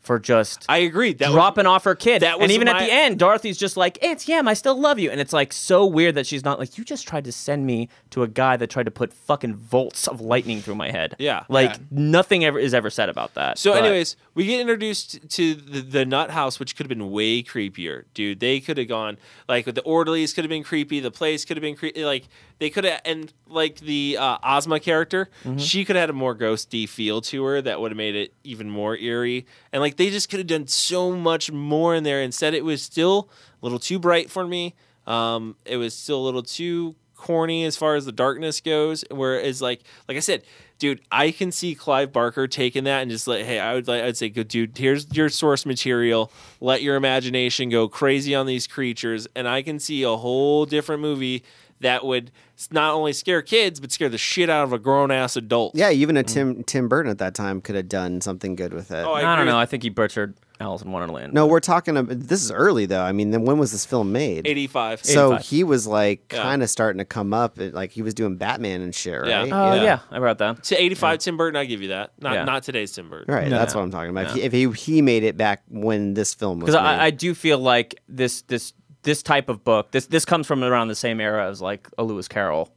Speaker 4: for just
Speaker 1: I agree. That was-
Speaker 4: dropping off her kid.
Speaker 1: that was
Speaker 4: and even
Speaker 1: my-
Speaker 4: at the end, Dorothy's just like, "It's Yam, I still love you," and it's like so weird that she's not like, "You just tried to send me to a guy that tried to put fucking volts of lightning through my head."
Speaker 1: Yeah.
Speaker 4: like
Speaker 3: Yeah.
Speaker 4: nothing ever is ever said about that.
Speaker 1: So,
Speaker 4: but-
Speaker 1: anyways, we get introduced to the, the nut house, which could have been way creepier, dude. They could have gone like the orderlies could have been creepy, the place could have been creepy. Like they could have, and like the uh, Ozma character, she could have had a more ghosty feel to her that would have made it even more eerie. And like they just could have done so much more in there. Instead, it was still a little too bright for me. Um, it was still a little too corny as far as the darkness goes. Whereas, like, like I said, dude, I can see Clive Barker taking that and just like, hey, I would like, I'd say, go, dude, here's your source material. Let your imagination go crazy on these creatures, and I can see a whole different movie that would s- not only scare kids but scare the shit out of a grown ass adult.
Speaker 2: Yeah, even
Speaker 4: Mm.
Speaker 2: a Tim Tim Burton at that time could have done something good with it.
Speaker 1: Oh, I,
Speaker 4: I
Speaker 1: agree
Speaker 4: don't
Speaker 1: with-
Speaker 4: know. I think he butchered Alice in Wonderland.
Speaker 2: no, we're talking about this is early though. I mean, then when was this film made?
Speaker 1: 85.
Speaker 2: So
Speaker 4: 85.
Speaker 2: he was like
Speaker 1: Yeah.
Speaker 2: kind of starting to come up, it- like he was doing Batman and shit, right?
Speaker 1: Yeah.
Speaker 4: Oh
Speaker 1: Yeah.
Speaker 4: yeah. I brought that.
Speaker 1: to 85 Tim Burton, I give you that. Not
Speaker 4: Yeah.
Speaker 1: not today's Tim Burton.
Speaker 2: Right, that's what I'm talking about. If, he, if he he made it back when this film was
Speaker 4: because
Speaker 2: made,
Speaker 4: I, I do feel like this this this type of book this this comes from around the same era as like a Lewis Carroll,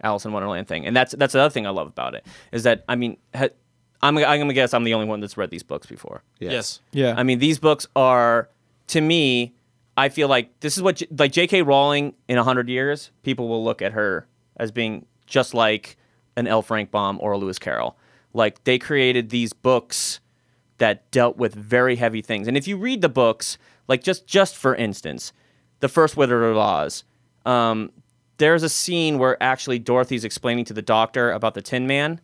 Speaker 4: Alice in Wonderland thing, and that's that's the other thing I love about it is that I mean ha, I'm I'm gonna guess I'm the only one that's read these books before.
Speaker 1: Yes.
Speaker 3: Yeah.
Speaker 4: I mean these books are to me I feel like this is what J- like J.K. Rowling in hundred years people will look at her as being just like an L. Frank Baum or a Lewis Carroll. Like they created these books that dealt with very heavy things. And if you read the books, like just just for instance, the first Wizard of Oz, um, there's a scene where actually Dorothy's explaining to the doctor about the Tin Man,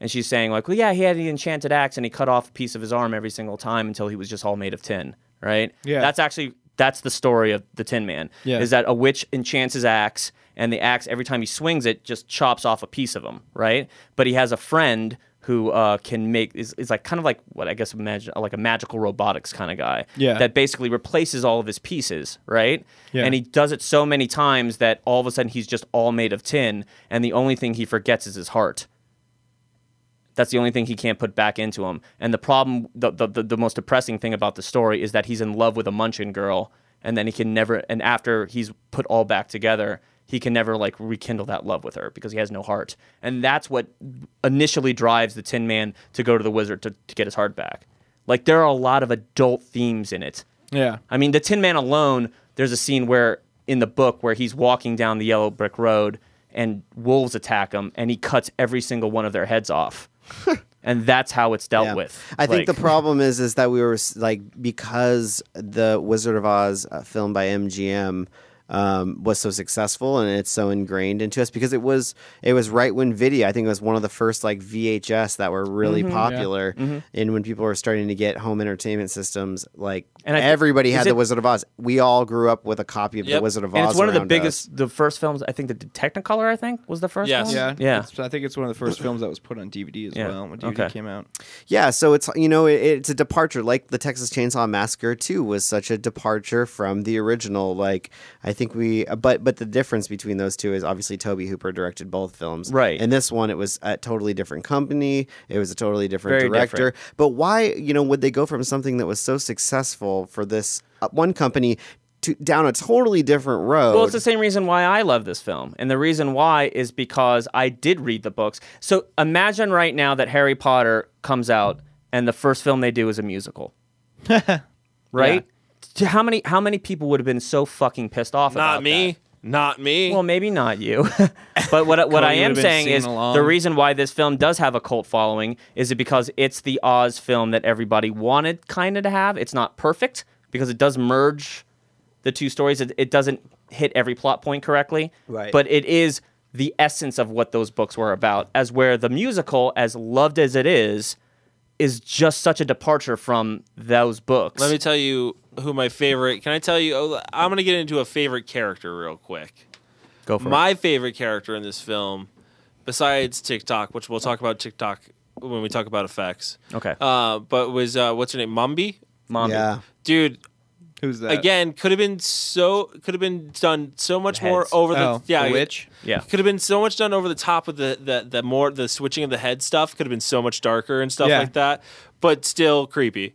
Speaker 4: and she's saying like, "Well, yeah, he had the enchanted axe, and he cut off a piece of his arm every single time until he was just all made of tin." Right?
Speaker 3: Yeah.
Speaker 4: That's actually that's the story of the Tin Man.
Speaker 3: Yeah.
Speaker 4: Is that a witch enchants his axe, and the axe every time he swings it just chops off a piece of him, right? But he has a friend who uh, can make is, is like kind of like what I guess imagine like a magical robotics kind of guy.
Speaker 3: Yeah.
Speaker 4: That basically replaces all of his pieces, right?
Speaker 3: Yeah.
Speaker 4: And he does it so many times that all of a sudden he's just all made of tin, and the only thing he forgets is his heart. That's the only thing he can't put back into him. And the problem, the, the, the, the most depressing thing about the story is that he's in love with a Munchin girl, and then he can never, and after he's put all back together, he can never like rekindle that love with her because he has no heart. And that's what initially drives the Tin Man to go to the wizard to, to get his heart back. Like, there are a lot of adult themes in it.
Speaker 3: yeah.
Speaker 4: I mean, the Tin Man alone, there's a scene where in the book where he's walking down the yellow brick road and wolves attack him and he cuts every single one of their
Speaker 2: [LAUGHS]
Speaker 4: heads off. and that's how it's dealt
Speaker 2: Yeah.
Speaker 4: with.
Speaker 2: I think
Speaker 4: Like,
Speaker 2: the problem is is that we were s- like because the Wizard of Oz uh, film by MGM um, was so successful and it's so ingrained into us because it was it was right when video. I think it was one of the first like VHS that were really
Speaker 4: Mhm. Yeah.
Speaker 2: popular,
Speaker 4: Mhm.
Speaker 2: and when people were starting to get home entertainment systems, like
Speaker 4: And I thi-
Speaker 2: everybody
Speaker 4: is
Speaker 2: had the
Speaker 4: it-
Speaker 2: Wizard of Oz. We all grew up with a copy of the Wizard of Oz.
Speaker 4: And it's one of the
Speaker 2: around us.
Speaker 4: biggest, the first films. I think the Technicolor, I think, was the first. One?
Speaker 3: Yeah.
Speaker 4: yeah.
Speaker 3: It's- I think it's one of the first films that was put on DVD as well when DVD
Speaker 4: Okay.
Speaker 3: came out.
Speaker 2: Yeah, so it's you know it, it's a departure. Like the Texas Chainsaw Massacre too was such a departure from the original. Like I think we, but but the difference between those two is obviously Toby Hooper directed both films,
Speaker 4: Right.
Speaker 2: And this one, it was a totally different company. It was a totally different
Speaker 4: Very
Speaker 2: director.
Speaker 4: different.
Speaker 2: But why you know would they go from something that was so successful for this uh, one company to down a totally different road?
Speaker 4: Well, it's the same reason why I love this film. And the reason why is because I did read the books. So imagine right now that Harry Potter comes out and the first film they do is a musical. right? To How many how many people would have been so fucking pissed off about
Speaker 1: Not me. Not me.
Speaker 4: Well, maybe not you. [LAUGHS] but what what I
Speaker 1: Cody would
Speaker 4: am
Speaker 1: have been
Speaker 4: saying
Speaker 1: singing
Speaker 4: is
Speaker 1: along.
Speaker 4: the reason why this film does have a cult following is it because it's the Oz film that everybody wanted kind of to have. It's not perfect because it does merge the two stories. It, it doesn't hit every plot point correctly.
Speaker 2: Right.
Speaker 4: But it is the essence of what those books were about as where the musical as loved as it is is just such a departure from those books.
Speaker 1: Let me tell you who my favorite. Can I tell you? Oh, I'm going to get into a favorite character real quick.
Speaker 4: Go for it.
Speaker 1: my favorite character in this film, besides TikTok, which we'll talk about TikTok when we talk about effects.
Speaker 4: Okay.
Speaker 1: Uh, but was uh, what's her name? Mumby.
Speaker 4: Mumby. Yeah.
Speaker 1: Dude.
Speaker 3: Who's that?
Speaker 1: Again, could have been so could have been done so much more
Speaker 3: heads.
Speaker 1: over the
Speaker 3: Oh,
Speaker 1: yeah
Speaker 3: the witch?
Speaker 4: Yeah.
Speaker 1: could have been so much done over the top with the the, the more the switching of the head stuff could have been so much darker and stuff
Speaker 3: Yeah.
Speaker 1: like that, but still creepy.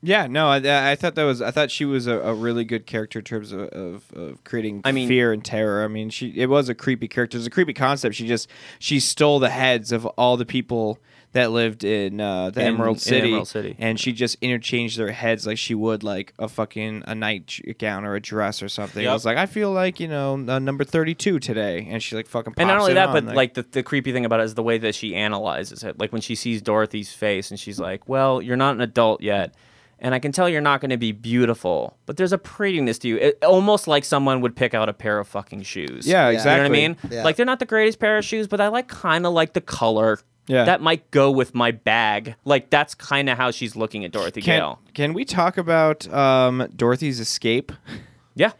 Speaker 3: Yeah, no, I, I thought that was I thought she was a, a really good character in terms of, of, of creating
Speaker 4: I mean-
Speaker 3: fear and terror. I mean, she it was a creepy character. It was a creepy concept. She just she stole the heads of all the people that lived in uh, the
Speaker 4: In-
Speaker 3: Emerald
Speaker 4: in
Speaker 3: City,
Speaker 4: Emerald City.
Speaker 3: and she just interchanged their heads like she would like a fucking a nightgown or a dress or something. I
Speaker 4: Yep.
Speaker 3: was like, I feel like you know uh, number thirty two today, and she like fucking pops
Speaker 4: and not only
Speaker 3: it
Speaker 4: that,
Speaker 3: on,
Speaker 4: but like, the, the creepy thing about it is the way that she analyzes it. Like when she sees Dorothy's face and she's like, "Well, you're not an adult yet, and I can tell you're not going to be beautiful, but there's a prettiness to you. It, almost like someone would pick out a pair of fucking shoes.
Speaker 3: Yeah,
Speaker 4: You know what
Speaker 3: exactly.
Speaker 4: I mean?
Speaker 3: Yeah.
Speaker 4: Like they're not the greatest pair of shoes, but I like kind of like the color.
Speaker 3: Yeah.
Speaker 4: That might go with my bag. Like that's kind of how she's looking at Dorothy
Speaker 3: Can,
Speaker 4: Gale.
Speaker 3: can we talk about um, Dorothy's escape?
Speaker 4: Yeah.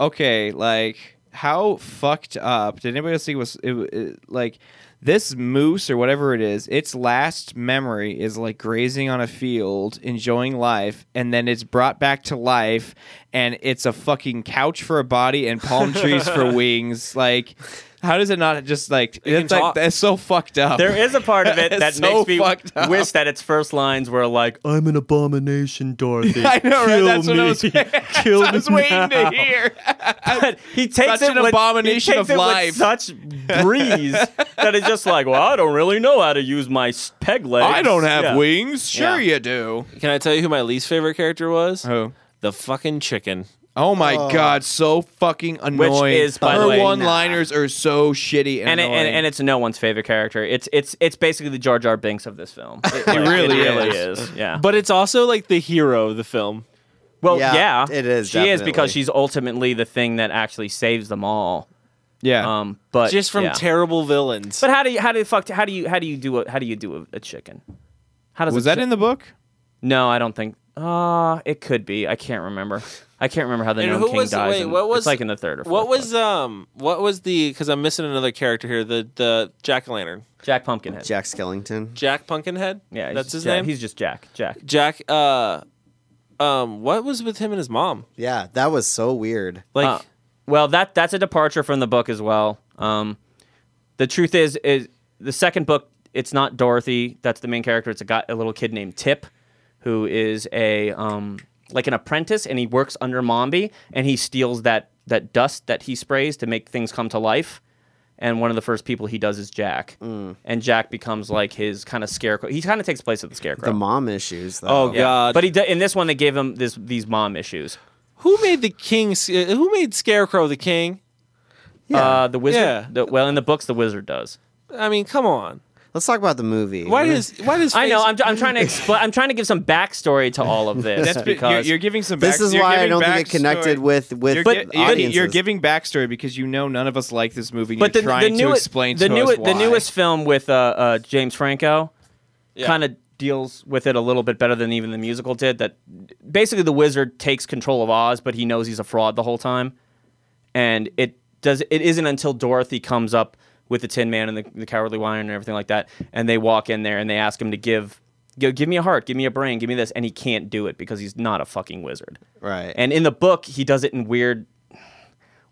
Speaker 3: Okay, like how fucked up? Did anybody else see was it, it, like this moose or whatever it is? Its last memory is like grazing on a field, enjoying life, and then it's brought back to life, and it's a fucking couch for a body and palm trees
Speaker 4: [LAUGHS]
Speaker 3: for wings. Like, how does it not just like? It's like
Speaker 4: talk.
Speaker 3: that's so fucked up.
Speaker 4: There is a part of it
Speaker 3: It's
Speaker 4: that
Speaker 3: so
Speaker 4: makes me
Speaker 3: fucked up.
Speaker 4: wish that its first lines were like, "I'm an abomination, Dorothy."
Speaker 3: [LAUGHS] I know, right?
Speaker 4: Kill
Speaker 3: That's what I
Speaker 4: me. [LAUGHS]
Speaker 3: was- [LAUGHS] that's
Speaker 4: Kill
Speaker 3: what [LAUGHS] I was
Speaker 4: me
Speaker 3: waiting to
Speaker 4: now."
Speaker 3: hear.
Speaker 4: [LAUGHS] But he takes
Speaker 3: Such
Speaker 4: it
Speaker 3: an
Speaker 4: with, he
Speaker 3: abomination
Speaker 4: takes
Speaker 3: of
Speaker 4: it with
Speaker 3: life. [LAUGHS]
Speaker 4: such breeze that it's just like, "Well, I don't really know how to use my s- peg legs.
Speaker 1: I don't have
Speaker 3: wings. Sure
Speaker 1: Yeah.
Speaker 3: you do. Oh.
Speaker 1: Can I tell you who my least favorite character was?
Speaker 3: Who?
Speaker 1: The fucking chicken.
Speaker 3: Oh my god, so fucking annoying.
Speaker 4: is, by
Speaker 3: Her
Speaker 4: the way,
Speaker 3: one-liners are so shitty and,
Speaker 4: And, it,
Speaker 3: annoying.
Speaker 4: and and it's no one's favorite character. It's it's it's basically the Jar Jar Binks of
Speaker 3: [LAUGHS]
Speaker 4: this film. It, like,
Speaker 1: really
Speaker 4: it really
Speaker 1: is.
Speaker 4: is. Yeah.
Speaker 1: But it's also like the hero of the film.
Speaker 4: Well,
Speaker 1: Yeah,
Speaker 4: yeah,
Speaker 1: it is,
Speaker 4: She is because
Speaker 1: definitely.
Speaker 4: she's ultimately the thing that actually saves them all.
Speaker 3: Yeah.
Speaker 4: Um, but
Speaker 1: just from
Speaker 4: yeah.
Speaker 1: terrible villains.
Speaker 4: But how do you how do you fuck how do you how do you do a, how do you do a, a chicken? How does
Speaker 3: was
Speaker 4: a
Speaker 3: that
Speaker 4: chi-
Speaker 3: in the book?
Speaker 4: No, I don't think. Uh it could be. I can't remember. I can't remember how the
Speaker 1: And
Speaker 4: Gnome
Speaker 1: who
Speaker 4: King
Speaker 1: was-
Speaker 4: dies.
Speaker 1: wait,
Speaker 4: in-
Speaker 1: what was-
Speaker 4: it's like in the third or fourth.
Speaker 1: What was um what was the cuz I'm missing another character here, the the jack-o-lantern.
Speaker 4: Jack Pumpkinhead.
Speaker 2: Jack Skellington.
Speaker 1: Jack Pumpkinhead?
Speaker 4: Yeah, he's
Speaker 1: That's
Speaker 4: just
Speaker 1: his
Speaker 4: Jack-
Speaker 1: name.
Speaker 4: He's just Jack. Jack.
Speaker 1: Jack uh um what was with him and his mom?
Speaker 2: Yeah, that was so weird.
Speaker 1: Like
Speaker 4: Uh, well, that that's a departure from the book as well. Um, the truth is, is the second book. It's not Dorothy. That's the main character. It's a guy, a little kid named Tip, who is a um, like an apprentice, and he works under Mombi, and he steals that that dust that he sprays to make things come to life. And one of the first people he does is Jack,
Speaker 1: Mm.
Speaker 4: and Jack becomes like his kind of scarecrow. He kind of takes place of the scarecrow.
Speaker 2: The mom issues. Though.
Speaker 1: Oh,
Speaker 4: Yeah.
Speaker 1: God.
Speaker 4: But he d- in this one they gave him this these mom issues.
Speaker 1: who made the king s- uh, who made Scarecrow the king?
Speaker 4: Uh, the wizard.
Speaker 1: Yeah.
Speaker 4: the- well, in the books, the wizard does.
Speaker 1: I mean, come on.
Speaker 2: Let's talk about the movie.
Speaker 1: Why does why does
Speaker 4: I know I'm, I'm trying to explain I'm trying to give some backstory to all of this
Speaker 3: That's
Speaker 4: because
Speaker 3: you're, you're giving some.
Speaker 2: This
Speaker 3: back-
Speaker 2: is
Speaker 3: you're
Speaker 2: why I
Speaker 3: giving
Speaker 2: don't think it
Speaker 3: backstory.
Speaker 2: connected with- with
Speaker 3: You're,
Speaker 2: But-
Speaker 3: gi- you're,
Speaker 2: audiences.
Speaker 3: you're giving backstory because you know none of us like this movie.
Speaker 4: but the,
Speaker 3: you're trying
Speaker 4: the
Speaker 3: to
Speaker 4: newest
Speaker 3: explain
Speaker 4: the
Speaker 3: to
Speaker 4: newe-
Speaker 3: us
Speaker 4: the
Speaker 3: why.
Speaker 4: newest film with uh, uh, James Franco
Speaker 1: Yeah.
Speaker 4: kind of deals with it a little bit better than even the musical did. That basically the wizard takes control of Oz, but he knows he's a fraud the whole time, and it does. It isn't until Dorothy comes up with the Tin Man and the, the Cowardly Lion and everything like that, and they walk in there and they ask him to give. Go, give me a heart, give me a brain, give me this, and he can't do it because he's not a fucking wizard.
Speaker 2: Right.
Speaker 4: And in the book, he does it in weird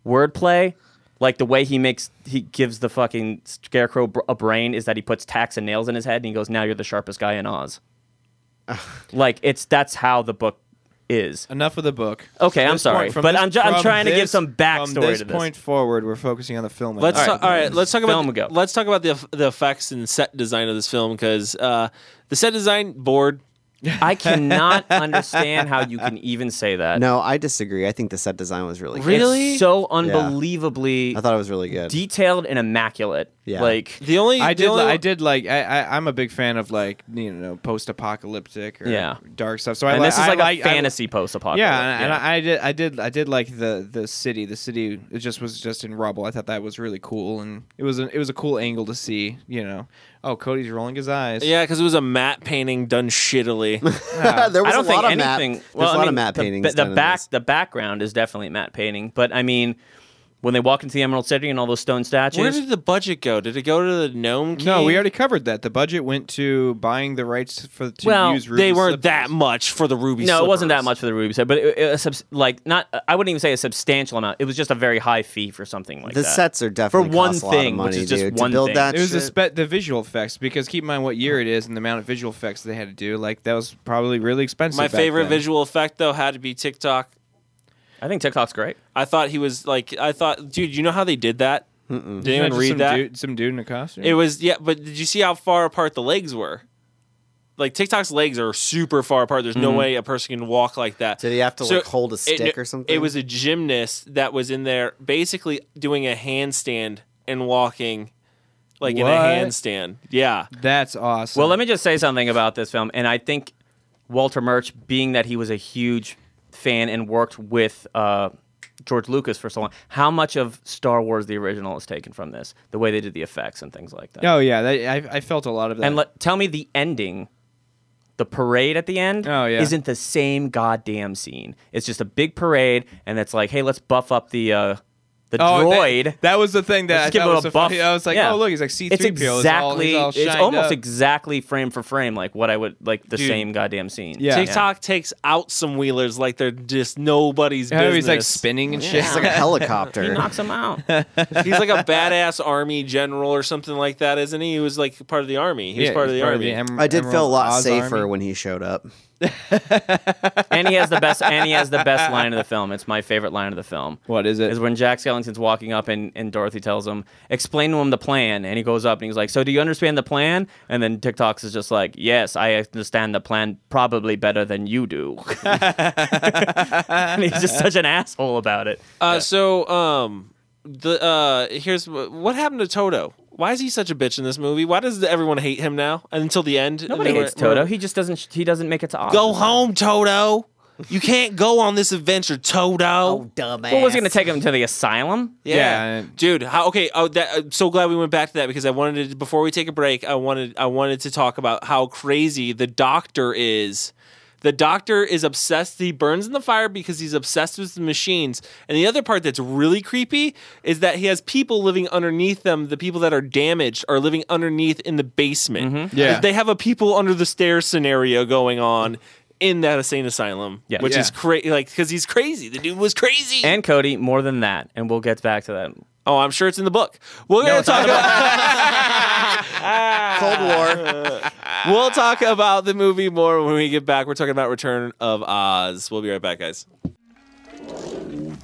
Speaker 4: wordplay. Like the way he makes, he gives the fucking scarecrow br- a brain is that he puts tacks and nails in his head and he goes, now you're the sharpest guy in Oz. like it's, that's how the book is.
Speaker 3: Enough of the book.
Speaker 4: Okay,
Speaker 3: From
Speaker 4: I'm
Speaker 3: this
Speaker 4: sorry,
Speaker 3: point- from
Speaker 4: but
Speaker 3: this-
Speaker 4: I'm ju- I'm
Speaker 3: from
Speaker 4: trying to give
Speaker 3: this-
Speaker 4: some
Speaker 3: From
Speaker 4: backstory
Speaker 3: this
Speaker 4: to this.
Speaker 3: point forward, we're focusing on the film.
Speaker 1: Let's
Speaker 3: all
Speaker 1: talk, all right. Let's talk about
Speaker 4: Film
Speaker 1: the,
Speaker 4: ago.
Speaker 1: Let's talk about the eff- the effects and set design of this film because uh, the set design bored.
Speaker 4: I cannot understand how you can even say that.
Speaker 2: No, I disagree. I think the set design was really good.
Speaker 1: Really?
Speaker 4: It's so unbelievably
Speaker 2: I thought it was really good.
Speaker 4: detailed and immaculate.
Speaker 2: Yeah.
Speaker 4: Like,
Speaker 1: The only
Speaker 3: I
Speaker 1: the
Speaker 3: did. li-
Speaker 1: only-
Speaker 3: I did like. I, I, I'm a big fan of like you know post-apocalyptic or
Speaker 4: Yeah.
Speaker 3: dark stuff. So I
Speaker 4: and
Speaker 3: li-
Speaker 4: this is
Speaker 3: I
Speaker 4: like,
Speaker 3: like
Speaker 4: a
Speaker 3: I-
Speaker 4: fantasy post-apocalypse.
Speaker 3: yeah, and, and I, I did. I did. I did like the the city. The city it just was just in rubble. I thought that was really cool, and it was an, it was a cool angle to see. You know, oh Cody's rolling his eyes.
Speaker 1: yeah, because it was a matte painting
Speaker 3: [LAUGHS]
Speaker 1: done shittily.
Speaker 2: [LAUGHS] there was
Speaker 4: I don't
Speaker 2: a
Speaker 4: think
Speaker 2: lot of map.
Speaker 4: anything.
Speaker 2: There's
Speaker 4: well,
Speaker 2: a
Speaker 4: I
Speaker 2: lot of
Speaker 4: mean,
Speaker 2: map
Speaker 4: the-
Speaker 2: paintings.
Speaker 4: The,
Speaker 2: done in
Speaker 4: back,
Speaker 2: this.
Speaker 4: the background is definitely matte painting, but I mean, when they walk into the Emerald City and all those stone statues,
Speaker 1: Where did the budget go? Did it go to the gnome? King?
Speaker 3: No, we already covered that. The budget went to buying the rights for to
Speaker 4: Well,
Speaker 3: use. Ruby
Speaker 1: They weren't that
Speaker 3: slippers.
Speaker 1: much for the ruby.
Speaker 4: no, it wasn't that
Speaker 1: slippers.
Speaker 4: much for the ruby set, but it, it, a subs- like not. I wouldn't even say a substantial amount. It was just a very high fee for something like
Speaker 2: The
Speaker 4: that.
Speaker 2: sets are definitely
Speaker 4: one
Speaker 2: cost a lot of
Speaker 4: thing, which
Speaker 2: money,
Speaker 4: is just
Speaker 2: dude.
Speaker 4: one
Speaker 2: to build
Speaker 4: thing.
Speaker 2: that.
Speaker 3: It was the
Speaker 2: shit-
Speaker 3: spe- the visual effects because keep in mind what year it is and the amount of visual effects they had to do. Like that was probably really expensive.
Speaker 1: My
Speaker 3: back
Speaker 1: favorite
Speaker 3: then.
Speaker 1: visual effect though had to be TikTok.
Speaker 4: I think TikTok's great.
Speaker 1: I thought he was like, I thought, dude, you know how they did that? Did
Speaker 3: Isn't that
Speaker 1: anyone
Speaker 3: just some
Speaker 1: read that?
Speaker 3: Dude, some dude in a costume.
Speaker 1: It was yeah, but did you see how far apart the legs were? Like TikTok's legs are super far apart. There's no way a person can walk like that.
Speaker 2: Did he have to, like, hold a
Speaker 1: it-
Speaker 2: stick or something?
Speaker 1: It was a gymnast that was in there basically doing a handstand and walking like in a
Speaker 3: What?
Speaker 1: handstand. Yeah.
Speaker 3: That's awesome.
Speaker 4: Well, let me just say something about this film, and I think Walter Murch, being that he was a huge fan and worked with uh, George Lucas for so long, how much of Star Wars the original is taken from this? The way they did the effects and things like that.
Speaker 3: Oh yeah, that, I, I felt a lot of that.
Speaker 4: And let, tell me the ending, the parade at the end,
Speaker 3: Oh, yeah.
Speaker 4: isn't the same goddamn scene. It's just a big parade, and it's like, hey, let's buff up the uh, the
Speaker 3: Oh, that-
Speaker 4: droid.
Speaker 3: That, was the thing that I
Speaker 4: Let's give
Speaker 3: thought
Speaker 4: him a
Speaker 3: was so
Speaker 4: buff.
Speaker 3: funny. I was like,
Speaker 4: Yeah.
Speaker 3: oh look, he's like C
Speaker 4: It's
Speaker 3: three PO. It's all-
Speaker 4: exactly.
Speaker 3: he's all
Speaker 4: it's
Speaker 3: shined
Speaker 4: almost
Speaker 3: up.
Speaker 4: exactly frame for frame, like what I would like the
Speaker 3: Dude.
Speaker 4: same goddamn scene.
Speaker 3: Yeah.
Speaker 1: TikTok takes out some wheelers like they're just nobody's
Speaker 3: How
Speaker 1: business.
Speaker 3: he's like spinning and shit. [LAUGHS]
Speaker 2: It's like a
Speaker 4: He
Speaker 2: helicopter.
Speaker 4: knocks him out.
Speaker 1: He's like a badass [LAUGHS] army general or something like that, isn't he? He was like part of the army. He
Speaker 3: [LAUGHS]
Speaker 1: was
Speaker 3: Yeah,
Speaker 1: part of the
Speaker 3: he's
Speaker 1: army.
Speaker 3: Emer-
Speaker 2: I did feel a
Speaker 3: Emerald
Speaker 2: lot
Speaker 3: Oz
Speaker 2: safer
Speaker 3: Army.
Speaker 2: when he showed up.
Speaker 4: and he has the best. And he has the best line of the film. It's my favorite line of the film.
Speaker 3: What is it?
Speaker 4: Is when Jack Skellington's walking up and, and Dorothy tells him, explain to him the plan. And he goes up and he's like, So do you understand the plan? And then TikToks is just like, Yes, I understand the plan probably better than you do. [LAUGHS] and he's just such an asshole about it.
Speaker 1: Uh, So, um, the uh, here's wh- what happened to Toto. Why is he such a bitch in this movie? Why does everyone hate him now and until the end?
Speaker 4: Nobody
Speaker 1: They were-
Speaker 4: hates Toto. He just doesn't he doesn't make it to Oz.
Speaker 1: Go home, Toto. You can't go on this adventure, Toto.
Speaker 4: Oh,
Speaker 2: dumbass.
Speaker 4: What was he gonna take him to the asylum?
Speaker 1: Yeah.
Speaker 3: Yeah.
Speaker 1: dude. How, okay. Oh, that, I'm so glad we went back to that because I wanted to, before we take a break. I wanted I wanted to talk about how crazy the doctor is. The doctor is obsessed. He burns in the fire because he's obsessed with the machines. And the other part that's really creepy is that he has people living underneath them. The people that are damaged are living underneath in the basement.
Speaker 3: Yeah.
Speaker 1: they have a people under the stairs scenario going on in that insane asylum.
Speaker 4: Yeah.
Speaker 1: which
Speaker 3: Yeah.
Speaker 1: is crazy. Like because he's crazy. The dude was crazy.
Speaker 4: And Cody, more than that, and we'll get back to that.
Speaker 1: Oh, I'm sure it's in the book. We're gonna
Speaker 4: it's
Speaker 1: talk
Speaker 4: not in the
Speaker 1: about
Speaker 2: [LAUGHS] Cold War.
Speaker 1: we'll talk about the movie more when we get back. We're talking about Return of Oz. We'll be right back, guys.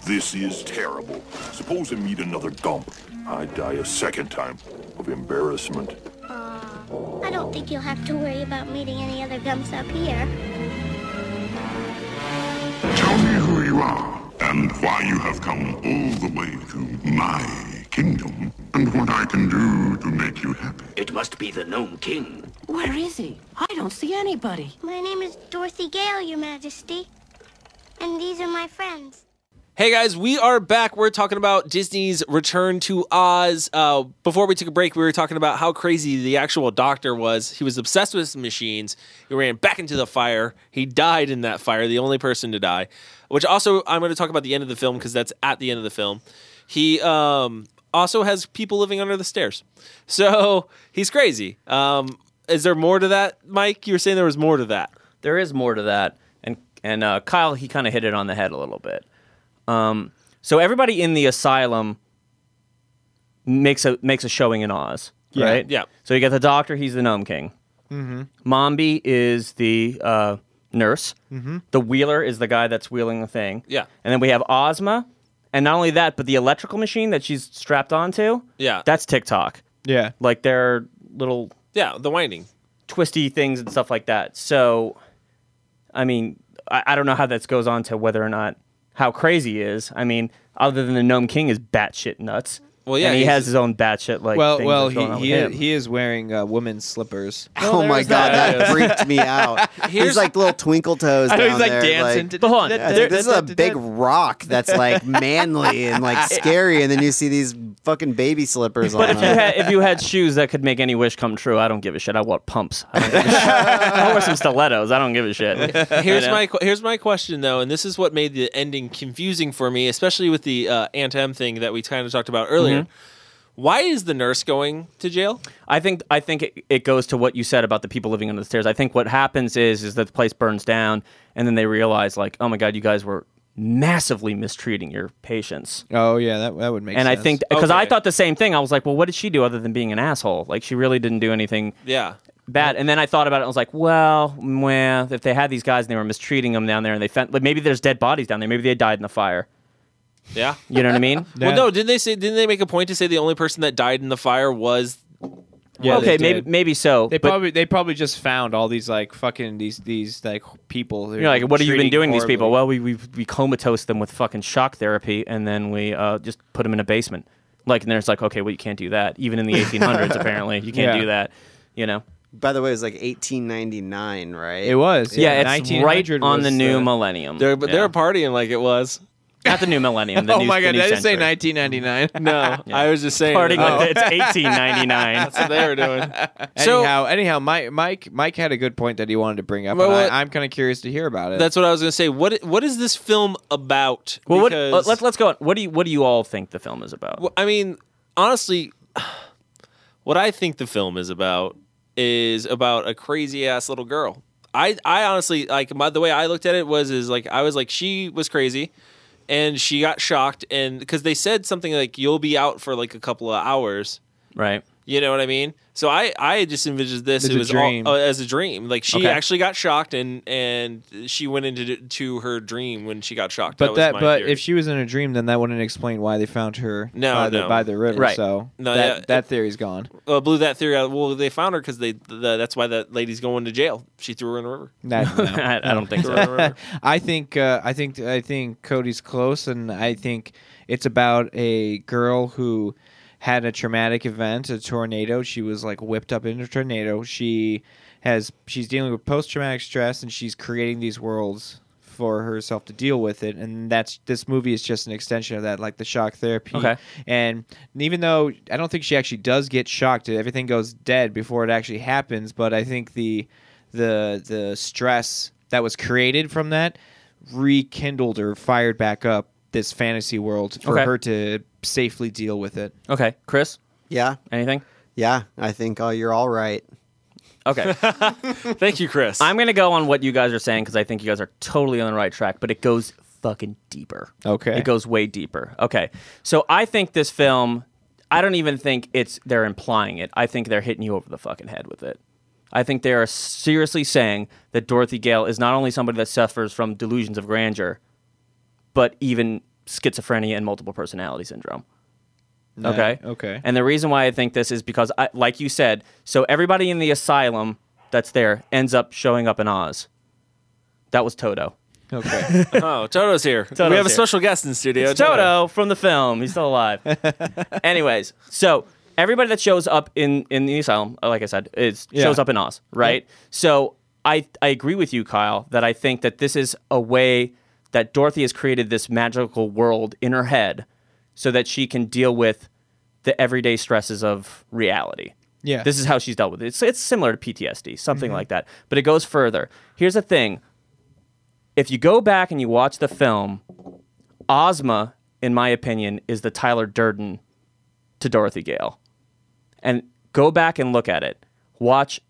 Speaker 8: This is terrible. Suppose I meet another dump. I die a second time of embarrassment.
Speaker 7: I don't think you'll have to worry about meeting any other gumps up here.
Speaker 8: Tell me who you are and why you have come all the way to my kingdom and what I can do to make you happy.
Speaker 9: It must be the Gnome King.
Speaker 7: Where is he? I don't see anybody. My name is Dorothy Gale, Your Majesty. And these are my friends.
Speaker 1: Hey guys, we are back. We're talking about Disney's Return to Oz. Uh, before we took a break, we were talking about how crazy the actual doctor was. He was obsessed with machines. He ran back into the fire. He died in that fire, the only person to die. Which also, I'm going to talk about the end of the film because that's at the end of the film. He um, also has people living under the stairs. So he's crazy. Um, is there more to that, Mike? You were saying there was more to that.
Speaker 4: There is more to that, and and uh, Kyle he kind of hit it on the head a little bit. Um, so everybody in the asylum makes a makes a showing in Oz,
Speaker 1: Yeah.
Speaker 4: right?
Speaker 1: Yeah.
Speaker 4: So you got the doctor; he's the gnome king.
Speaker 3: Mm-hmm.
Speaker 4: Mombi is the uh, nurse.
Speaker 3: Mhm.
Speaker 4: The wheeler is the guy that's wheeling the thing.
Speaker 1: Mm-hmm. Yeah.
Speaker 4: And then we have Ozma, and not only that, but the electrical machine that she's strapped onto.
Speaker 1: Yeah.
Speaker 4: That's TikTok.
Speaker 3: Yeah.
Speaker 4: Like their little
Speaker 1: Yeah, the winding.
Speaker 4: twisty things and stuff like that. So, I mean, I, I don't know how that goes on to whether or not how crazy he is. I mean, other than the Gnome King is batshit nuts.
Speaker 3: Well, yeah,
Speaker 4: and he
Speaker 3: he's-
Speaker 4: has his own batshit like.
Speaker 3: well,
Speaker 4: things
Speaker 3: well,
Speaker 4: that's going on
Speaker 3: he he
Speaker 4: with
Speaker 3: is,
Speaker 4: him.
Speaker 3: he is wearing uh, women's slippers.
Speaker 4: Oh Well, my there's
Speaker 2: God,
Speaker 4: that.
Speaker 2: that freaked me out.
Speaker 4: Here's-
Speaker 2: he's like little twinkle toes
Speaker 4: I know,
Speaker 2: down
Speaker 4: he's, like,
Speaker 2: there.
Speaker 4: dancing.
Speaker 2: Like,
Speaker 4: But hold on,
Speaker 2: Yeah, it's
Speaker 4: there-
Speaker 2: like, this is a big rock
Speaker 4: [LAUGHS]
Speaker 2: that's like manly and like scary, and then you see these fucking baby slippers
Speaker 4: But
Speaker 2: on.
Speaker 4: if you
Speaker 2: him.
Speaker 4: had if you had shoes that could make any wish come true, I don't give a shit. I want pumps. I, don't give [LAUGHS] a shit. I wear some stilettos. I don't give a shit. [LAUGHS]
Speaker 1: here's
Speaker 4: You know?
Speaker 1: my que- here's my question though, and this is what made the ending confusing for me, especially with the uh, Aunt M thing that we kind of talked about earlier.
Speaker 4: Mhm.
Speaker 1: Why is the nurse going to jail?
Speaker 4: I think I think it, it goes to what you said about the people living under the stairs. I think what happens is is that the place burns down, and then they realize like, oh my god, you guys were massively mistreating your patients.
Speaker 3: Oh yeah, that that would make.
Speaker 4: and
Speaker 3: sense.
Speaker 4: I think because I thought the same thing. I was like, well, what did she do other than being an asshole? Like she really didn't do anything
Speaker 1: Yeah.
Speaker 4: bad. And then I thought about it. and I was like, well, well, if they had these guys and they were mistreating them down there, and they found, like, maybe there's dead bodies down there. Maybe they died in the fire.
Speaker 1: Yeah.
Speaker 4: You know what I mean?
Speaker 1: Well, no, didn't they say? Didn't they make a point to say the only person that died in the fire was?
Speaker 3: [LAUGHS] Yeah,
Speaker 4: okay,
Speaker 3: they
Speaker 4: maybe
Speaker 3: did.
Speaker 4: maybe so.
Speaker 3: They
Speaker 4: but-
Speaker 3: probably they probably just found all these like fucking these these like people.
Speaker 4: You're like, what have you been doing to these people? Well, we, we we comatose them with fucking shock therapy, and then we uh, just put them in a basement. Like, and then it's like, okay, well, you can't do that. Even in the 1800s, apparently, you can't
Speaker 2: Yeah.
Speaker 4: do that. You know?
Speaker 2: By the way, it was like 1899, right?
Speaker 4: It was, Yeah, yeah. it's right 1900 on was the
Speaker 3: uh,
Speaker 4: new the- millennium.
Speaker 1: They're but
Speaker 4: Yeah.
Speaker 1: they're partying like it was.
Speaker 4: Not the new millennium.
Speaker 3: [LAUGHS]
Speaker 4: The
Speaker 3: oh
Speaker 4: new,
Speaker 3: my god,
Speaker 4: the new
Speaker 3: did I just say
Speaker 4: century.
Speaker 3: 1999?
Speaker 1: [LAUGHS] No, I was just saying.
Speaker 4: Partying
Speaker 3: Oh.
Speaker 4: like that, uh, it's 1899.
Speaker 1: That's what they were doing. So-
Speaker 3: anyhow, anyhow, Mike Mike Mike had a good point that he wanted to bring up.
Speaker 1: Well,
Speaker 3: and
Speaker 1: what-
Speaker 3: I, I'm kind of curious to hear about it.
Speaker 1: That's what I was gonna say. What what is this film about?
Speaker 4: [LAUGHS] Well, what, uh,
Speaker 1: Because-
Speaker 4: let- let's let's go on. What do you what do you all think the film is about?
Speaker 1: Well, I mean, honestly, [SIGHS] what I think the film is about is about a crazy ass little girl. I, I honestly like my, the way I looked at it was is like I was like she was crazy, and she got shocked and because they said something like you'll be out for like a couple of hours,
Speaker 4: Right.
Speaker 1: you know what I mean? So I, I just envisioned this
Speaker 3: As
Speaker 1: it
Speaker 3: a
Speaker 1: was
Speaker 3: dream.
Speaker 1: All, uh, as a dream. Like she
Speaker 3: Okay.
Speaker 1: actually got shocked and and she went into to her dream when she got shocked.
Speaker 3: but
Speaker 1: that,
Speaker 3: that,
Speaker 1: was my
Speaker 3: but
Speaker 1: theory.
Speaker 3: if she was in a dream, then that wouldn't explain why they found her
Speaker 1: No,
Speaker 3: by, the,
Speaker 1: no.
Speaker 3: by the river.
Speaker 1: Right.
Speaker 3: So
Speaker 1: No,
Speaker 3: that,
Speaker 1: yeah.
Speaker 3: that theory's gone.
Speaker 1: uh, blew that theory out. Well, they found her because they the, that's why that lady's going to jail. She threw her in a river. [LAUGHS]
Speaker 3: That, no.
Speaker 4: [LAUGHS] I, I don't think
Speaker 1: Throw it
Speaker 4: so.
Speaker 1: over.
Speaker 3: [LAUGHS] I think uh, I think I think Cody's close, and I think it's about a girl who had a traumatic event, a tornado. She was like whipped up in a tornado. She has she's dealing with post traumatic stress, and she's creating these worlds for herself to deal with it and that's this movie is just an extension of that like the shock therapy
Speaker 4: Okay.
Speaker 3: and even though i don't think she actually does get shocked everything goes dead before it actually happens but i think the the the stress that was created from that rekindled or fired back up this fantasy world for
Speaker 4: Okay.
Speaker 3: her to safely deal with it
Speaker 4: Okay, Chris.
Speaker 2: Yeah.
Speaker 4: Anything?
Speaker 2: Yeah, I think uh, you're all right.
Speaker 4: Okay.
Speaker 1: Thank you, Chris.
Speaker 4: I'm gonna go on what you guys are saying because I think you guys are totally on the right track, but it goes fucking deeper.
Speaker 3: Okay.
Speaker 4: It goes way deeper. Okay. So I think this film, I don't even think it's they're implying it. I think they're hitting you over the fucking head with it. I think they are seriously saying that Dorothy Gale is not only somebody that suffers from delusions of grandeur, but even schizophrenia and multiple personality syndrome.
Speaker 3: Nah,
Speaker 4: Okay.
Speaker 3: okay.
Speaker 4: And the reason why I think this is because, I, like you said, so everybody in the asylum that's there ends up showing up in Oz. That was Toto.
Speaker 3: Okay.
Speaker 1: oh, Toto's [LAUGHS] here.
Speaker 4: Toto's
Speaker 1: we have a
Speaker 4: here.
Speaker 1: special guest in the studio.
Speaker 4: It's Toto from the film. He's
Speaker 1: [LAUGHS]
Speaker 4: still alive. Anyways, so everybody that shows up in in the asylum, uh, like I said, is
Speaker 1: Yeah.
Speaker 4: shows up in Oz, right? So I I agree with you, Kyle, that I think that this is a way that Dorothy has created this magical world in her head, so that she can deal with the everyday stresses of reality.
Speaker 3: Yeah.
Speaker 4: this is how she's dealt with it. It's it's similar to PTSD, something like that, but it goes further. Here's the thing: if you go back and you watch the film, Ozma, in my opinion, is the Tyler Durden to Dorothy Gale. And go back and look at it. Watch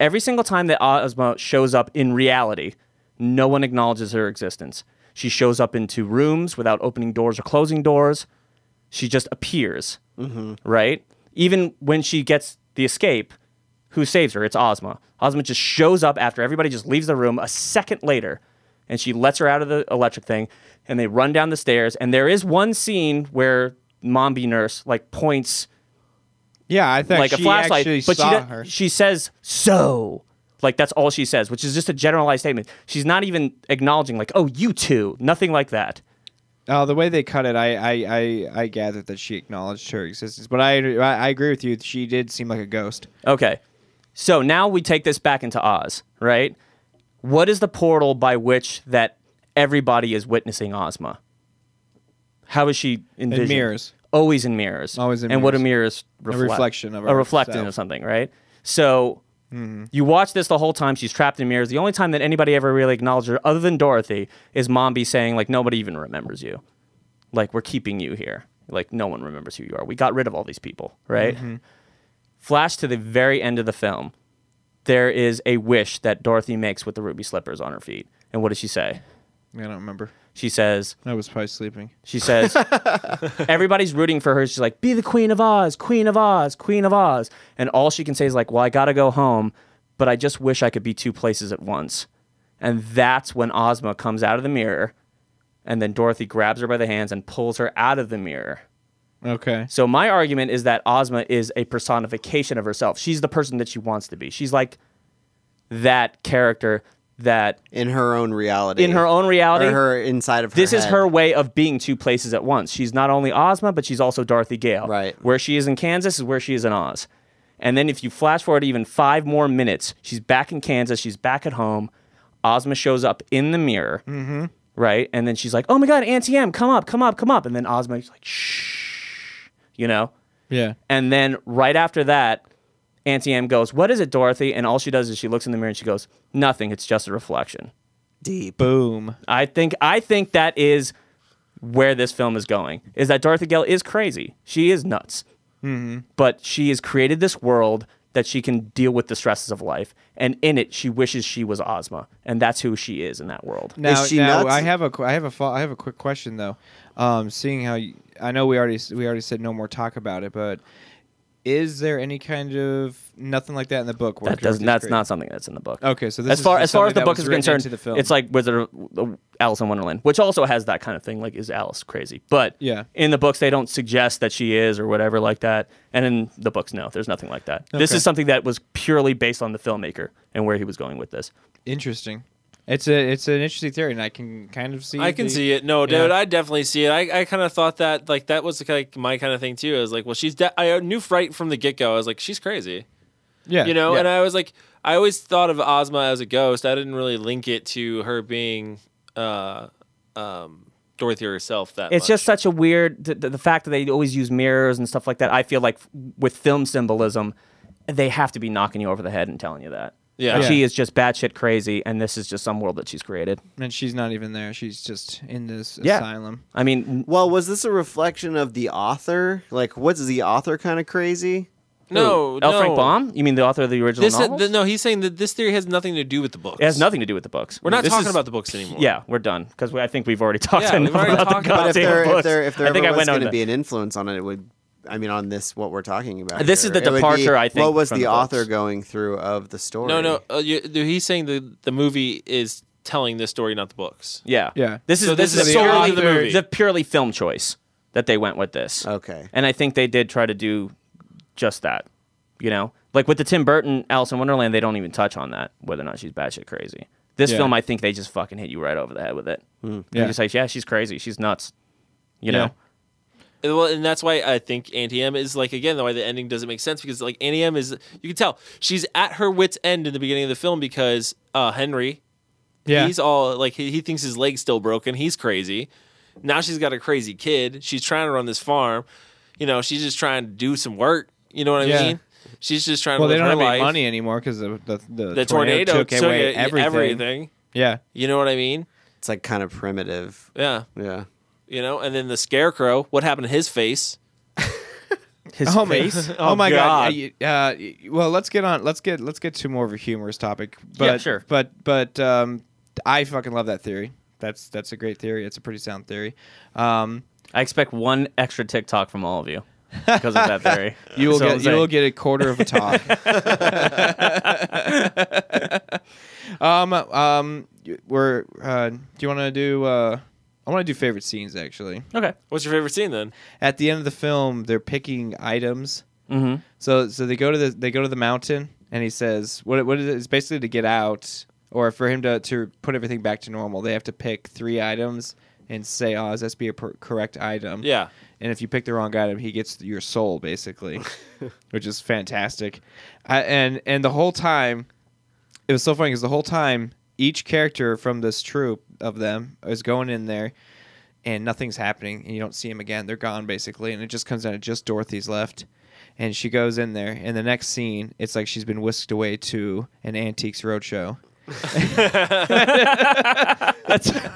Speaker 4: every single time that Ozma shows up in reality, no one acknowledges her existence. She shows up into rooms without opening doors or closing doors. She just appears,
Speaker 10: Mhm.
Speaker 4: right? Even when she gets the escape, who saves her? It's Ozma. Ozma just shows up after everybody just leaves the room a second later, and she lets her out of the electric thing, and they run down the stairs. And there is one scene where Mombi Nurse like points
Speaker 3: Yeah, I think
Speaker 4: like a
Speaker 3: she
Speaker 4: flashlight,
Speaker 3: actually
Speaker 4: but she
Speaker 3: saw
Speaker 4: does-
Speaker 3: her.
Speaker 4: she says so. Like that's all she says, which is just a generalized statement. She's not even acknowledging like, "Oh, you too," nothing like that.
Speaker 3: Uh, the way they cut it, I, I, I, I gathered that she acknowledged her existence, but I, I, I agree with you. She did seem like a ghost.
Speaker 4: Okay. So now we take this back into Oz, right? What is the portal by which that everybody is witnessing Ozma? How is she envisioned?
Speaker 3: mirrors.
Speaker 4: Always in mirrors. Always
Speaker 3: in
Speaker 4: and what do
Speaker 3: mirrors.
Speaker 4: mirrors
Speaker 3: A
Speaker 4: reflect?
Speaker 3: reflection of
Speaker 4: a reflecting
Speaker 3: ourselves. Mm-hmm.
Speaker 4: of something, right? So you watch this the whole time. She's trapped in mirrors. The only time that anybody ever really acknowledged her, other than Dorothy, is Mombi saying like nobody even remembers you. Like we're keeping you here. Like no one remembers who you are. We got rid of all these people, right?
Speaker 3: Mhm.
Speaker 4: Flash to the very end of the film. There is a wish that Dorothy makes with the ruby slippers on her feet. And what does she say?
Speaker 3: I don't remember.
Speaker 4: She says,
Speaker 3: I was probably sleeping.
Speaker 2: [LAUGHS]
Speaker 4: She says, Everybody's rooting for her. She's like, Be the Queen of Oz, Queen of Oz, Queen of Oz. And all she can say is, like, Well, I got to go home, but I just wish I could be two places at once. And that's when Ozma comes out of the mirror. And then Dorothy grabs her by the hands and pulls her out of the mirror.
Speaker 3: Okay.
Speaker 4: So my argument is that Ozma is a personification of herself. She's the person that she wants to be. She's like that character that
Speaker 2: in her own reality.
Speaker 4: In her own reality.
Speaker 2: Or her inside of her
Speaker 4: this is
Speaker 2: head.
Speaker 4: her way of being two places at once. She's not only Ozma, but she's also Dorothy Gale. Right. Where she is in Kansas is where she is in Oz. And then if you flash forward even five more minutes, she's back in Kansas. She's back at home. Ozma shows up in the mirror,
Speaker 10: Mm-hmm.
Speaker 4: right? And then she's like, "Oh my God, Auntie M, come up, come up, come up!" And then Ozma's like, "Shh," you know.
Speaker 3: Yeah.
Speaker 4: And then right after that, Auntie M goes, What is it, Dorothy? And all she does is she looks in the mirror and she goes, Nothing. It's just a reflection.
Speaker 2: Deep.
Speaker 3: Boom.
Speaker 4: I think I think that is where this film is going. Is that Dorothy Gale is crazy. She is nuts.
Speaker 3: Mm-hmm.
Speaker 4: But she has created this world that she can deal with the stresses of life. And in it, she wishes she was Ozma. And that's who she is in that world.
Speaker 3: Now, now, I have a, qu- I have a, fo- I have a quick question though. Um, seeing how you, I know we already, s- we already said no more talk about it, but is there any kind of nothing like that in the book? Where
Speaker 4: That doesn't.
Speaker 3: Dorothy's
Speaker 4: That's
Speaker 3: crazy?
Speaker 4: not something that's in the book.
Speaker 3: Okay, so this
Speaker 4: as
Speaker 3: is
Speaker 4: far
Speaker 3: just
Speaker 4: as far
Speaker 3: something
Speaker 4: as the
Speaker 3: that
Speaker 4: book
Speaker 3: was
Speaker 4: is
Speaker 3: written
Speaker 4: concerned,
Speaker 3: into the film.
Speaker 4: it's like Wizard of Alice in Wonderland, which also has that kind of thing. Like, is Alice crazy? But
Speaker 3: Yeah.
Speaker 4: in the books, they don't suggest that she is or whatever like that. And in the books, no, there's nothing like that. This
Speaker 3: Okay.
Speaker 4: is something that was purely based on the filmmaker and where he was going with this.
Speaker 3: Interesting. It's a it's an interesting theory, and I can kind of see.
Speaker 1: I can
Speaker 3: the-
Speaker 1: see it. No,
Speaker 3: Yeah.
Speaker 1: dude, I definitely see it. I, I kind of thought that like that was like my kind of thing too. I was like, well, she's de- I uh, knew right from the get go. I was like, she's crazy.
Speaker 3: Yeah,
Speaker 1: you know.
Speaker 3: yeah.
Speaker 1: And I was like, I always thought of Ozma as a ghost. I didn't really link it to her being uh, um, Dorothy herself. That
Speaker 4: it's
Speaker 1: much.
Speaker 4: just such a weird the, the fact that they always use mirrors and stuff like that. I feel like f- with film symbolism, they have to be knocking you over the head and telling you that.
Speaker 3: Yeah.
Speaker 4: That she
Speaker 3: Yeah.
Speaker 4: is just batshit crazy, and this is just some world that she's created.
Speaker 3: and she's not even there. She's just in this
Speaker 4: Yeah.
Speaker 3: asylum.
Speaker 4: I mean,
Speaker 2: well, was this a reflection of the author? Like, was the author kind of crazy?
Speaker 1: No,
Speaker 4: L. Frank Baum? You mean the author of the original
Speaker 1: This,
Speaker 4: novels?
Speaker 1: th- no, he's saying that this theory has nothing to do with the book.
Speaker 4: it has nothing to do with the books.
Speaker 1: We're not
Speaker 4: This
Speaker 1: talking
Speaker 4: is-
Speaker 1: about the books anymore.
Speaker 4: Yeah, we're done because I think we've already talked
Speaker 1: Yeah, we've
Speaker 4: enough
Speaker 1: already
Speaker 4: about
Speaker 1: talked
Speaker 4: the
Speaker 1: about
Speaker 4: goddamn
Speaker 1: it.
Speaker 2: if there,
Speaker 4: books.
Speaker 2: if there, if there
Speaker 4: I think I
Speaker 2: ever was
Speaker 4: went on
Speaker 2: going to
Speaker 4: that.
Speaker 2: be an influence on it, it would. I mean, on this, what we're talking about.
Speaker 4: This is
Speaker 2: here.
Speaker 4: the
Speaker 2: It would be,
Speaker 4: departure, I think,
Speaker 2: What was
Speaker 4: from
Speaker 2: the,
Speaker 4: the
Speaker 2: author going through of the story?
Speaker 1: No, no, uh, you, he's saying the the movie is telling this story, not the books.
Speaker 4: Yeah,
Speaker 1: Yeah.
Speaker 4: This is
Speaker 1: So
Speaker 4: this,
Speaker 1: this
Speaker 4: is,
Speaker 1: is
Speaker 4: a
Speaker 1: the
Speaker 4: purely
Speaker 1: author-
Speaker 4: the movie. It's a purely film choice that they went with this.
Speaker 2: Okay,
Speaker 4: and I think they did try to do just that. You know, like with the Tim Burton Alice in Wonderland, they don't even touch on that whether or not she's batshit crazy. This
Speaker 1: Yeah.
Speaker 4: film, I think they just fucking hit you right over the head with it.
Speaker 2: Hmm.
Speaker 1: Mm.
Speaker 4: They're
Speaker 1: Yeah.
Speaker 4: just like, yeah, she's crazy, she's nuts, you
Speaker 1: Yeah.
Speaker 4: know.
Speaker 1: And, Well, and that's why I think Auntie M is like again why the ending doesn't make sense because like Auntie M is you can tell she's at her wits end in the beginning of the film because uh, Henry,
Speaker 3: Yeah.
Speaker 1: he's all like he, he thinks his leg's still broken, he's crazy. Now she's got a crazy kid. She's trying to run this farm, you know. She's just trying to do some work. You know what I
Speaker 3: Yeah.
Speaker 1: mean? She's just trying
Speaker 3: well,
Speaker 1: to
Speaker 3: they
Speaker 1: live
Speaker 3: don't have
Speaker 1: her
Speaker 3: any
Speaker 1: life.
Speaker 3: money anymore because the, the the,
Speaker 1: The tornado
Speaker 3: took,
Speaker 1: took
Speaker 3: away
Speaker 1: it-
Speaker 3: everything.
Speaker 1: everything.
Speaker 3: Yeah,
Speaker 1: You know what I mean?
Speaker 2: It's like kind of primitive.
Speaker 1: Yeah.
Speaker 2: Yeah.
Speaker 1: You know, and then the scarecrow. What happened to his face?
Speaker 4: his
Speaker 3: oh my,
Speaker 4: [LAUGHS]
Speaker 1: face?
Speaker 3: Oh,
Speaker 1: Oh,
Speaker 3: my god.
Speaker 1: God.
Speaker 3: Yeah, you- uh, y- well, let's get on. Let's get let's get to more of a humorous topic. But,
Speaker 4: sure.
Speaker 3: But but um, I fucking love that theory. That's that's a great theory. It's a pretty sound theory. Um,
Speaker 4: I expect one extra TikTok from all of you
Speaker 3: [LAUGHS]
Speaker 4: because of that theory.
Speaker 3: You will
Speaker 4: So I'm
Speaker 3: get you
Speaker 4: saying-
Speaker 3: will get a quarter of a
Speaker 4: [LAUGHS]
Speaker 3: talk. [LAUGHS] um um we're uh, do you want to do uh, I want to do favorite scenes actually.
Speaker 4: Okay.
Speaker 1: What's your favorite scene then?
Speaker 3: At the end of the film, they're picking items.
Speaker 4: Mhm.
Speaker 3: So so they go to the they go to the mountain and he says what what is it? It's basically to get out or for him to to put everything back to normal. They have to pick three items and say, "Oh, is this be a per- correct item?"
Speaker 1: Yeah.
Speaker 3: And if you pick the wrong item, he gets your soul basically, which is fantastic. I, and and the whole time, it was so funny because the whole time each character from this troop of them is going in there, and nothing's happening, and you don't see them again. They're gone basically, and it just comes down to just Dorothy's left, and she goes in there. And the next scene, it's like she's been whisked away to an antiques
Speaker 4: [LAUGHS]
Speaker 3: roadshow. That's-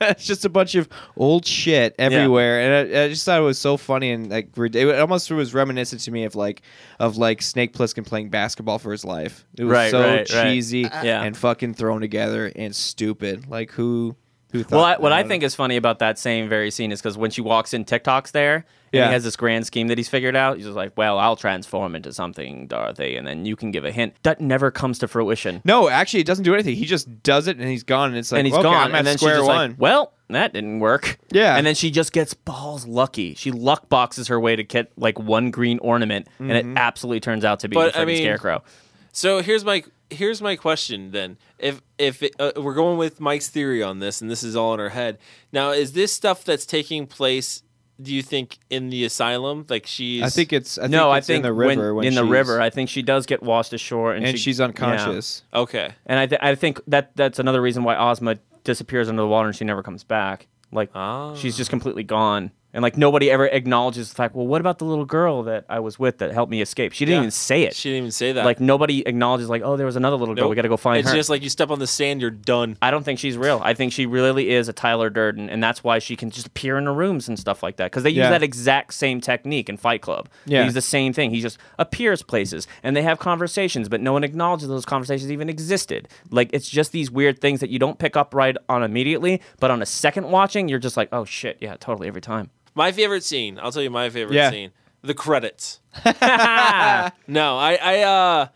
Speaker 3: it's [LAUGHS] just a bunch of old shit everywhere, and I, I just thought it was so funny and like rid- it almost was reminiscent to me of like of like Snake Plissken playing basketball for his life. It was
Speaker 4: Right,
Speaker 3: so
Speaker 4: right, right.
Speaker 3: cheesy
Speaker 4: Yeah.
Speaker 3: and fucking thrown together and stupid. Like who who thought?
Speaker 4: Well, I, what I
Speaker 3: about it?
Speaker 4: think is funny about that same very scene is because when she walks in, TikTok's there, and
Speaker 3: Yeah.
Speaker 4: he has this grand scheme that he's figured out. He's just like, "Well, I'll transform into something, Dorothy, and then you can give a hint." That never comes to fruition,
Speaker 3: No, actually, it doesn't do anything. He just does it, and he's gone. And it's like,
Speaker 4: and he's
Speaker 3: okay,
Speaker 4: gone.
Speaker 3: I'm at
Speaker 4: and then she's
Speaker 3: square
Speaker 4: just
Speaker 3: one.
Speaker 4: like, "Well, that didn't work."
Speaker 3: Yeah.
Speaker 4: and then she just gets balls lucky. She luck boxes her way to get like one green ornament, and
Speaker 3: Mm-hmm.
Speaker 4: it absolutely turns out to be
Speaker 1: But,
Speaker 4: the
Speaker 1: I
Speaker 4: freaking
Speaker 1: mean-
Speaker 4: scarecrow.
Speaker 1: So here's my here's my question then. If if it, uh, we're going with Mike's theory on this, and this is all in her head. Now, is this stuff that's taking place? Do you think in the asylum? Like she's.
Speaker 3: I think it's I think
Speaker 4: no,
Speaker 3: it's
Speaker 4: I think
Speaker 3: in the river when,
Speaker 4: in the
Speaker 3: she's-
Speaker 4: river, I think she does get washed ashore, and,
Speaker 3: And
Speaker 4: she-
Speaker 3: she's
Speaker 4: yeah.
Speaker 3: unconscious.
Speaker 1: Okay.
Speaker 4: And I, th- I think that that's another reason why Ozma disappears under the water and she never comes back. Like
Speaker 1: Ah.
Speaker 4: she's just completely gone, and like nobody ever acknowledges the fact. Well, what about the little girl that I was with that helped me escape? She didn't
Speaker 1: Yeah.
Speaker 4: even say it.
Speaker 1: She didn't even say that.
Speaker 4: Like nobody acknowledges. Like oh, there was another little girl.
Speaker 1: Nope.
Speaker 4: We got to go find
Speaker 1: it's
Speaker 4: her.
Speaker 1: just like you step on the sand, you're done.
Speaker 4: I don't think she's real. I think she really is a Tyler Durden, and that's why she can just appear in her rooms and stuff like that. Because they use
Speaker 1: Yeah.
Speaker 4: that exact same technique in Fight Club.
Speaker 1: Yeah.
Speaker 4: They use the same thing. He just appears places, and they have conversations, but no one acknowledges those conversations even existed. Like it's just these weird things that you don't pick up right on immediately, but on a second watching, you're just like, oh shit, yeah, totally every time.
Speaker 1: My favorite scene. I'll tell you my favorite
Speaker 4: Yeah.
Speaker 1: scene. The
Speaker 4: [LAUGHS]
Speaker 1: credits. [LAUGHS] no, I, I, uh,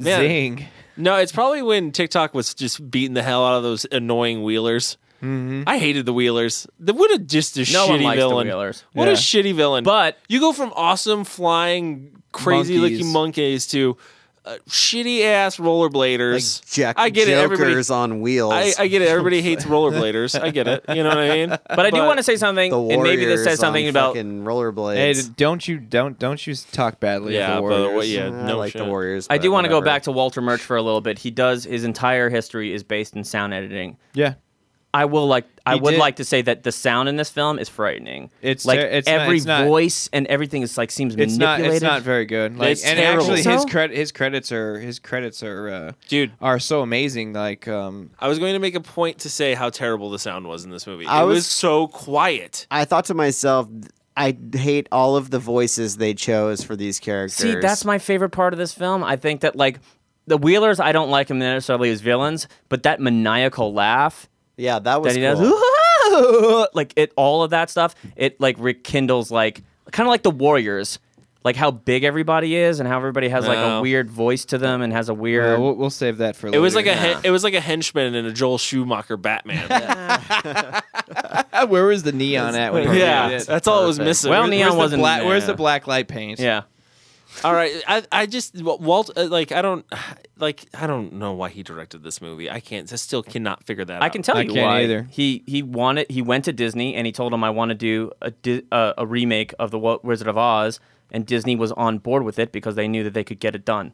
Speaker 1: man.
Speaker 3: Zing.
Speaker 1: No, it's probably when TikTok was just beating the hell out of those annoying wheelers. Mm-hmm. I hated the wheelers. The, what a just a
Speaker 4: No
Speaker 1: shitty
Speaker 4: one likes the
Speaker 1: villain.
Speaker 4: Wheelers.
Speaker 1: What a
Speaker 4: Yeah.
Speaker 1: shitty villain. But you go from awesome flying crazy looking monkeys to uh, shitty ass rollerbladers.
Speaker 2: Jack
Speaker 1: I get it. Everybody
Speaker 2: Jokers on wheels.
Speaker 1: I, I get it. Everybody hates rollerbladers. I get it. You know what I mean?
Speaker 4: [LAUGHS] But I do want to say something,
Speaker 2: The
Speaker 4: and maybe this
Speaker 2: Warriors
Speaker 4: says something
Speaker 2: on
Speaker 4: about
Speaker 2: fucking rollerblades.
Speaker 3: Hey, d- don't you don't don't you talk badly
Speaker 2: Yeah,
Speaker 3: of the
Speaker 2: by the way,
Speaker 3: Warriors?
Speaker 2: yeah, I no like the shit. Warriors,
Speaker 4: I do want to go back to Walter Murch for a little bit. He does his entire history is based in sound editing.
Speaker 3: Yeah.
Speaker 4: I will like. I
Speaker 3: He
Speaker 4: would
Speaker 3: did-
Speaker 4: like to say that the sound in this film is frightening.
Speaker 3: It's
Speaker 4: like
Speaker 3: ter- it's not-
Speaker 4: every
Speaker 3: it's not-
Speaker 4: voice and everything is like seems
Speaker 3: It's not
Speaker 4: manipulated.
Speaker 3: it's not very good. Like and actually his credit his credits are his credits are uh,
Speaker 1: dude
Speaker 3: are so amazing. Like um
Speaker 1: I was going to make a point to say how terrible the sound was in this movie.
Speaker 2: I
Speaker 1: it was,
Speaker 2: was-
Speaker 1: so quiet.
Speaker 2: I thought to myself, I hate all of the voices they chose for these characters.
Speaker 4: See, that's my favorite part of this film. I think that like the Wheelers, I don't like them necessarily as villains, but that maniacal laugh.
Speaker 2: Yeah, that was
Speaker 4: that he does, [LAUGHS]
Speaker 2: cool.
Speaker 4: like it, all of that stuff. It like rekindles like kind of like the Warriors. Like how big everybody is, and how everybody has like
Speaker 1: No.
Speaker 4: a weird voice to them, and has a weird.
Speaker 3: uh, Well, we'll, we'll save that for
Speaker 1: It was like
Speaker 3: later.
Speaker 1: a hen- it was like a henchman in a Joel Schumacher Batman.
Speaker 3: Uh, Where was the neon at? When
Speaker 1: Yeah,
Speaker 3: we did it?
Speaker 1: that's all it was missing.
Speaker 3: Where's
Speaker 4: Well, neon
Speaker 3: the
Speaker 4: wasn't.
Speaker 3: black-
Speaker 4: in
Speaker 3: Where's
Speaker 4: there.
Speaker 3: the black light paint?
Speaker 4: Yeah.
Speaker 1: All right, I I just Walt uh, like I don't [SIGHS] like I don't know why he directed this movie. I can't I still cannot figure that out.
Speaker 4: I can tell you why. He he wanted he went to Disney and he told them I want to do a di- uh, a remake of the Wa- Wizard of Oz and Disney was on board with it because they knew that they could get it done,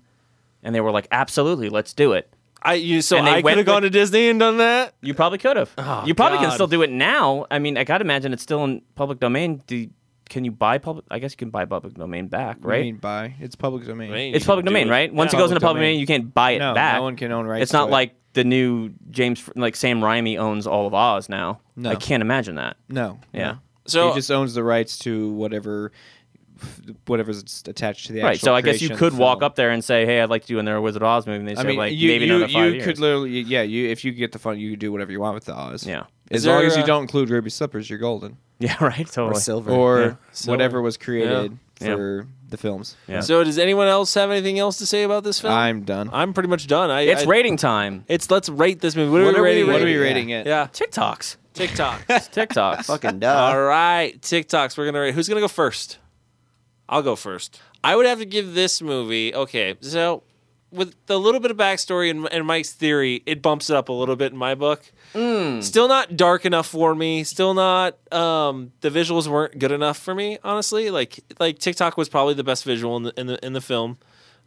Speaker 4: and they were like, absolutely, let's do it.
Speaker 1: I you so
Speaker 4: And they
Speaker 1: I could
Speaker 4: went
Speaker 1: have gone to
Speaker 4: with-
Speaker 1: Disney and done that.
Speaker 4: You probably could have. you probably
Speaker 1: God.
Speaker 4: can still do it now. I mean, I gotta imagine it's still in public domain. Do can you buy public? I guess you can buy public domain back,
Speaker 3: Right?
Speaker 4: right?
Speaker 3: by it's public domain.
Speaker 4: It's public domain, right? Once it goes into public domain, you can't buy it
Speaker 3: No,
Speaker 4: back.
Speaker 3: No one can own rights.
Speaker 4: It's not
Speaker 3: to it.
Speaker 4: like the new James, like Sam Raimi owns all of Oz now.
Speaker 3: No.
Speaker 4: I can't imagine that.
Speaker 3: no.
Speaker 4: Yeah.
Speaker 3: no.
Speaker 1: So-
Speaker 3: he just owns the rights to whatever, whatever's attached to the
Speaker 4: Right.
Speaker 3: actual
Speaker 4: So I guess you
Speaker 3: creation of
Speaker 4: could
Speaker 3: the
Speaker 4: walk
Speaker 3: film.
Speaker 4: up there and say, "Hey, I'd like to do another Wizard of Oz movie," and they say,
Speaker 3: I mean,
Speaker 4: "Like
Speaker 3: you,
Speaker 4: maybe
Speaker 3: you,
Speaker 4: another five
Speaker 3: you
Speaker 4: years."
Speaker 3: could literally, yeah, you if you get the fund, you could do whatever you want with the Oz.
Speaker 4: Yeah.
Speaker 3: as
Speaker 4: Is
Speaker 3: long
Speaker 4: there,
Speaker 3: as you
Speaker 4: uh,
Speaker 3: don't include ruby slippers, you're golden.
Speaker 4: [LAUGHS] Yeah, right, totally. silver.
Speaker 3: or
Speaker 4: Yeah. Silver.
Speaker 3: whatever was created
Speaker 4: Yeah.
Speaker 3: for the films.
Speaker 1: So does anyone else have anything else to say about this film?
Speaker 3: I'm done.
Speaker 1: I'm pretty much done. I,
Speaker 4: It's
Speaker 1: I-
Speaker 4: rating time.
Speaker 1: It's let's rate this movie. What,
Speaker 3: What
Speaker 1: are,
Speaker 3: are we
Speaker 1: we rating?
Speaker 3: rating? What are we
Speaker 1: it?
Speaker 3: rating
Speaker 1: yeah.
Speaker 3: it?
Speaker 1: Yeah.
Speaker 4: TikToks.
Speaker 1: TikTok.
Speaker 4: [LAUGHS] TikToks.
Speaker 2: Fucking
Speaker 3: Uh,
Speaker 1: All right, TikToks. We're gonna rate. Who's gonna go first? I'll go first. I would have to give this movie. Okay, so with the little bit of backstory and, and Mike's theory, it bumps it up a little bit in my book.
Speaker 3: Hmm.
Speaker 1: Still not dark enough for me. Still not. Um, the visuals weren't good enough for me. Honestly, like like TikTok was probably the best visual in the in the, in the film.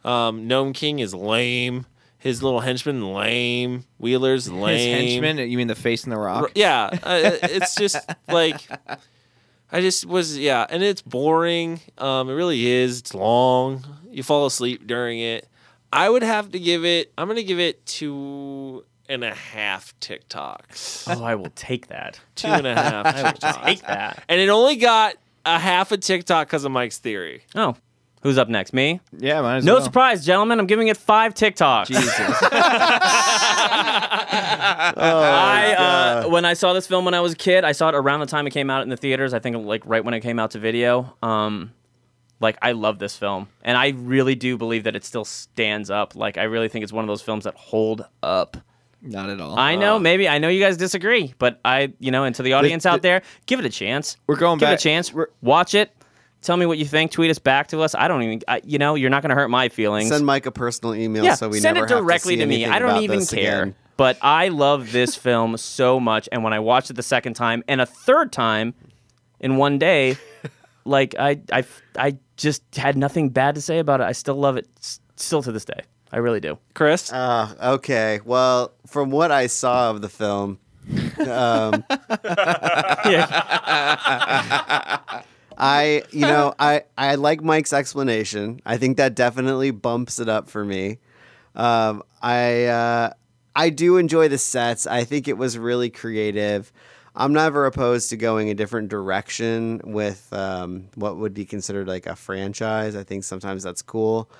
Speaker 1: Um, Gnome King is lame. His little henchman lame. Wheeler's lame.
Speaker 3: His henchman, you mean the face in the rock?
Speaker 1: R- Yeah, uh, it's just like I just was yeah, and it's boring. Um, it really is. It's long. You fall asleep during it. I would have to give it. I'm gonna give it two and a half TikToks.
Speaker 4: Oh, I will take that.
Speaker 1: Two and
Speaker 4: [LAUGHS]
Speaker 1: a half.
Speaker 4: I will
Speaker 1: TikToks.
Speaker 4: take that.
Speaker 1: And it only got a half a TikTok because of Mike's theory.
Speaker 4: Oh, who's up next? Me.
Speaker 3: Yeah, might as
Speaker 4: No
Speaker 3: well.
Speaker 4: surprise, gentlemen. I'm giving it five TikToks.
Speaker 3: Jesus.
Speaker 4: [LAUGHS]
Speaker 2: Oh,
Speaker 4: I uh, when I saw this film when I was a kid, I saw it around the time it came out in the theaters. I think like right when it came out to video. Um, like I love this film, and I really do believe that it still stands up. Like I really think it's one of those films that hold up.
Speaker 3: Not at all.
Speaker 4: I
Speaker 2: Uh,
Speaker 4: know, maybe I know you guys disagree, but I, you know, and to the audience out there, give it a chance.
Speaker 3: We're going
Speaker 4: give
Speaker 3: back-
Speaker 4: it a chance. Watch it. Tell me what you think. Tweet us back to us. I don't even, I, you know, you're not going to hurt my feelings.
Speaker 2: Send Mike a personal email so we
Speaker 4: send
Speaker 2: never
Speaker 4: it
Speaker 2: have to
Speaker 4: directly
Speaker 2: see
Speaker 4: to, me.
Speaker 2: anything
Speaker 4: I don't
Speaker 2: about
Speaker 4: even
Speaker 2: this
Speaker 4: care.
Speaker 2: again.
Speaker 4: But I love this [LAUGHS] film so much, and when I watched it the second time and a third time in
Speaker 2: [LAUGHS]
Speaker 4: one day, like I, I, I just had nothing bad to say about it. I still love it, s- still to this day. I really do. [LAUGHS]
Speaker 1: Chris,
Speaker 2: Uh, okay. Well, from what I saw of the film, um, I you know I I like Mike's explanation. I think that definitely bumps it up for me. Um, I uh, I do enjoy the sets. I think it was really creative. I'm never opposed to going a different direction with um, what would be considered like a franchise. I think sometimes that's cool.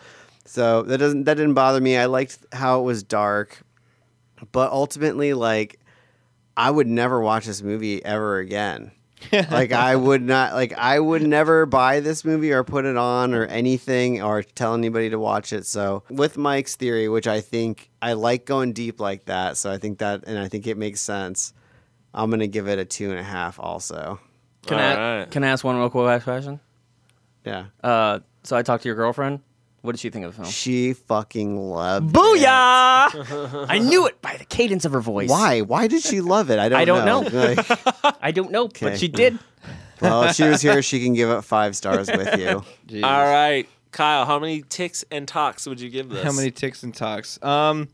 Speaker 2: So that doesn't that didn't bother me. I liked how it was dark, but ultimately, like, I would never watch this movie ever again. like
Speaker 4: [LAUGHS]
Speaker 2: I would not like I would never buy this movie or put it on or anything or tell anybody to watch it. So with Mike's theory, which I think I like going deep like that, so I think that and I think it makes sense. I'm gonna give it a two and a half also.
Speaker 4: Can I can I ask one real quick question?
Speaker 2: Yeah.
Speaker 4: Uh, so I talked to your girlfriend. What did she think of the film?
Speaker 2: She fucking
Speaker 3: [LAUGHS]
Speaker 2: loved
Speaker 4: Booyah! I knew it by the cadence of her voice.
Speaker 2: Why? Why did she love it? I don't
Speaker 4: I don't
Speaker 2: [LAUGHS]
Speaker 4: know.
Speaker 2: Like,
Speaker 4: I don't know,
Speaker 2: Okay.
Speaker 4: but she did.
Speaker 2: well, if she was here, she can give it five stars with
Speaker 4: [LAUGHS]
Speaker 2: you.
Speaker 1: All right, Kyle, how many ticks and talks would you give this?
Speaker 3: How many ticks and talks? Um,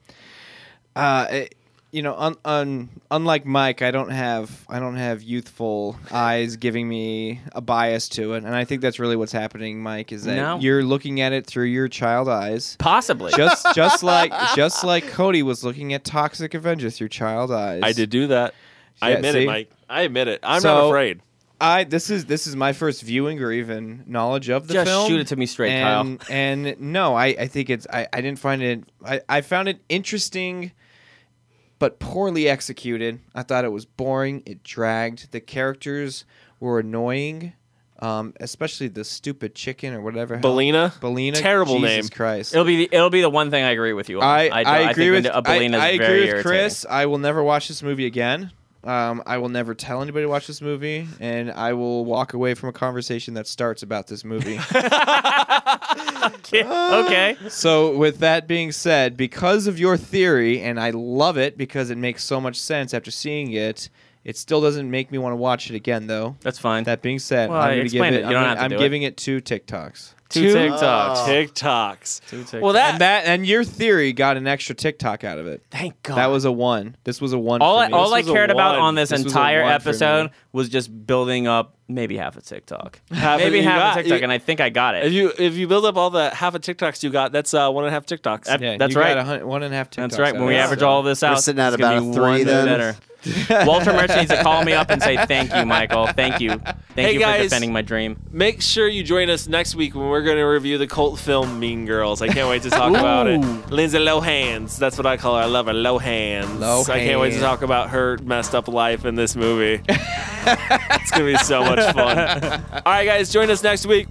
Speaker 3: uh, it- you know, un, un, unlike Mike, I don't have I don't have youthful eyes giving me a bias to it, and I think that's really what's happening, Mike. Is that
Speaker 4: No.
Speaker 3: you're looking at it through your child eyes,
Speaker 4: Possibly.
Speaker 3: just just
Speaker 4: [LAUGHS]
Speaker 3: like just like Cody was looking at Toxic Avenger through child eyes.
Speaker 1: I did do that. I
Speaker 3: Yeah,
Speaker 1: admit it,
Speaker 3: see?
Speaker 1: Mike. I admit it. I'm not
Speaker 3: So-
Speaker 1: afraid.
Speaker 3: I this is this is my first viewing or even knowledge of the
Speaker 4: Just
Speaker 3: film.
Speaker 4: shoot it to me straight,
Speaker 3: and, Kyle. And no, I, I think it's I, I didn't find it I, I found it interesting but poorly executed. I thought it was boring, it dragged. The characters were annoying. Um, especially the stupid chicken or whatever. hell-
Speaker 1: Belina?
Speaker 3: Belina.
Speaker 1: Terrible
Speaker 3: Jesus
Speaker 1: name.
Speaker 3: Christ.
Speaker 4: It'll be the, it'll be the one thing I agree with you on.
Speaker 3: I,
Speaker 4: do-
Speaker 3: I, agree
Speaker 4: think
Speaker 3: with
Speaker 4: that Abelina
Speaker 3: I,
Speaker 4: is
Speaker 3: I agree
Speaker 4: very
Speaker 3: with
Speaker 4: irritating.
Speaker 3: Chris. I will never watch this movie again. Um, I will never tell anybody to watch this movie, and I will walk away from a conversation that starts about this movie.
Speaker 4: okay. [LAUGHS] okay.
Speaker 3: So, with that being said, because of your theory, and I love it because it makes so much sense after seeing it. It still doesn't make me want to watch it again, though.
Speaker 4: That's fine.
Speaker 3: That being said,
Speaker 4: Well,
Speaker 3: I'm
Speaker 4: I
Speaker 3: going to give
Speaker 4: explained
Speaker 3: it.
Speaker 4: it. You
Speaker 3: I'm,
Speaker 4: don't
Speaker 3: gonna-
Speaker 4: have to
Speaker 3: I'm
Speaker 4: do it.
Speaker 3: giving it two TikToks.
Speaker 4: Two Two TikToks. Oh.
Speaker 1: TikToks.
Speaker 4: Well, that
Speaker 3: and that and your theory got an extra TikTok out of it.
Speaker 4: Thank
Speaker 3: That was a one. This was a one.
Speaker 4: all
Speaker 3: for
Speaker 4: I,
Speaker 3: me.
Speaker 4: all I cared about on this,
Speaker 3: This was a
Speaker 4: entire
Speaker 3: one for
Speaker 4: episode
Speaker 3: me.
Speaker 4: was just building up maybe half a TikTok,
Speaker 1: Half a-
Speaker 4: maybe
Speaker 1: you
Speaker 4: half
Speaker 1: got-
Speaker 4: a TikTok,
Speaker 1: you-
Speaker 4: and I think I got it.
Speaker 1: If you if you build up all the half a TikToks you got, that's uh, one and a half TikToks.
Speaker 4: That- Yeah, that's you right. got a
Speaker 3: hun- one and a half
Speaker 4: That's right. When we average all this
Speaker 2: We're
Speaker 4: out,
Speaker 2: sitting at
Speaker 4: it's gonna
Speaker 2: about
Speaker 4: be
Speaker 2: a three
Speaker 4: one
Speaker 2: then.
Speaker 4: better. Walter Murch needs to call me up and say thank you, Michael. Thank you, thank
Speaker 1: Hey,
Speaker 4: you
Speaker 1: guys.
Speaker 4: for defending my dream.
Speaker 1: Make sure you join us next week when we're going to review the cult film Mean Girls. I can't wait to talk about it.
Speaker 4: [LAUGHS] Ooh.
Speaker 1: Lindsay Lohan's. That's what I call her. I love her. Lohan's. I can't wait to
Speaker 4: Lohan.
Speaker 1: talk about her messed up life
Speaker 4: [LAUGHS]
Speaker 1: in this movie. it's going to be so much fun. All right, guys, join us next week.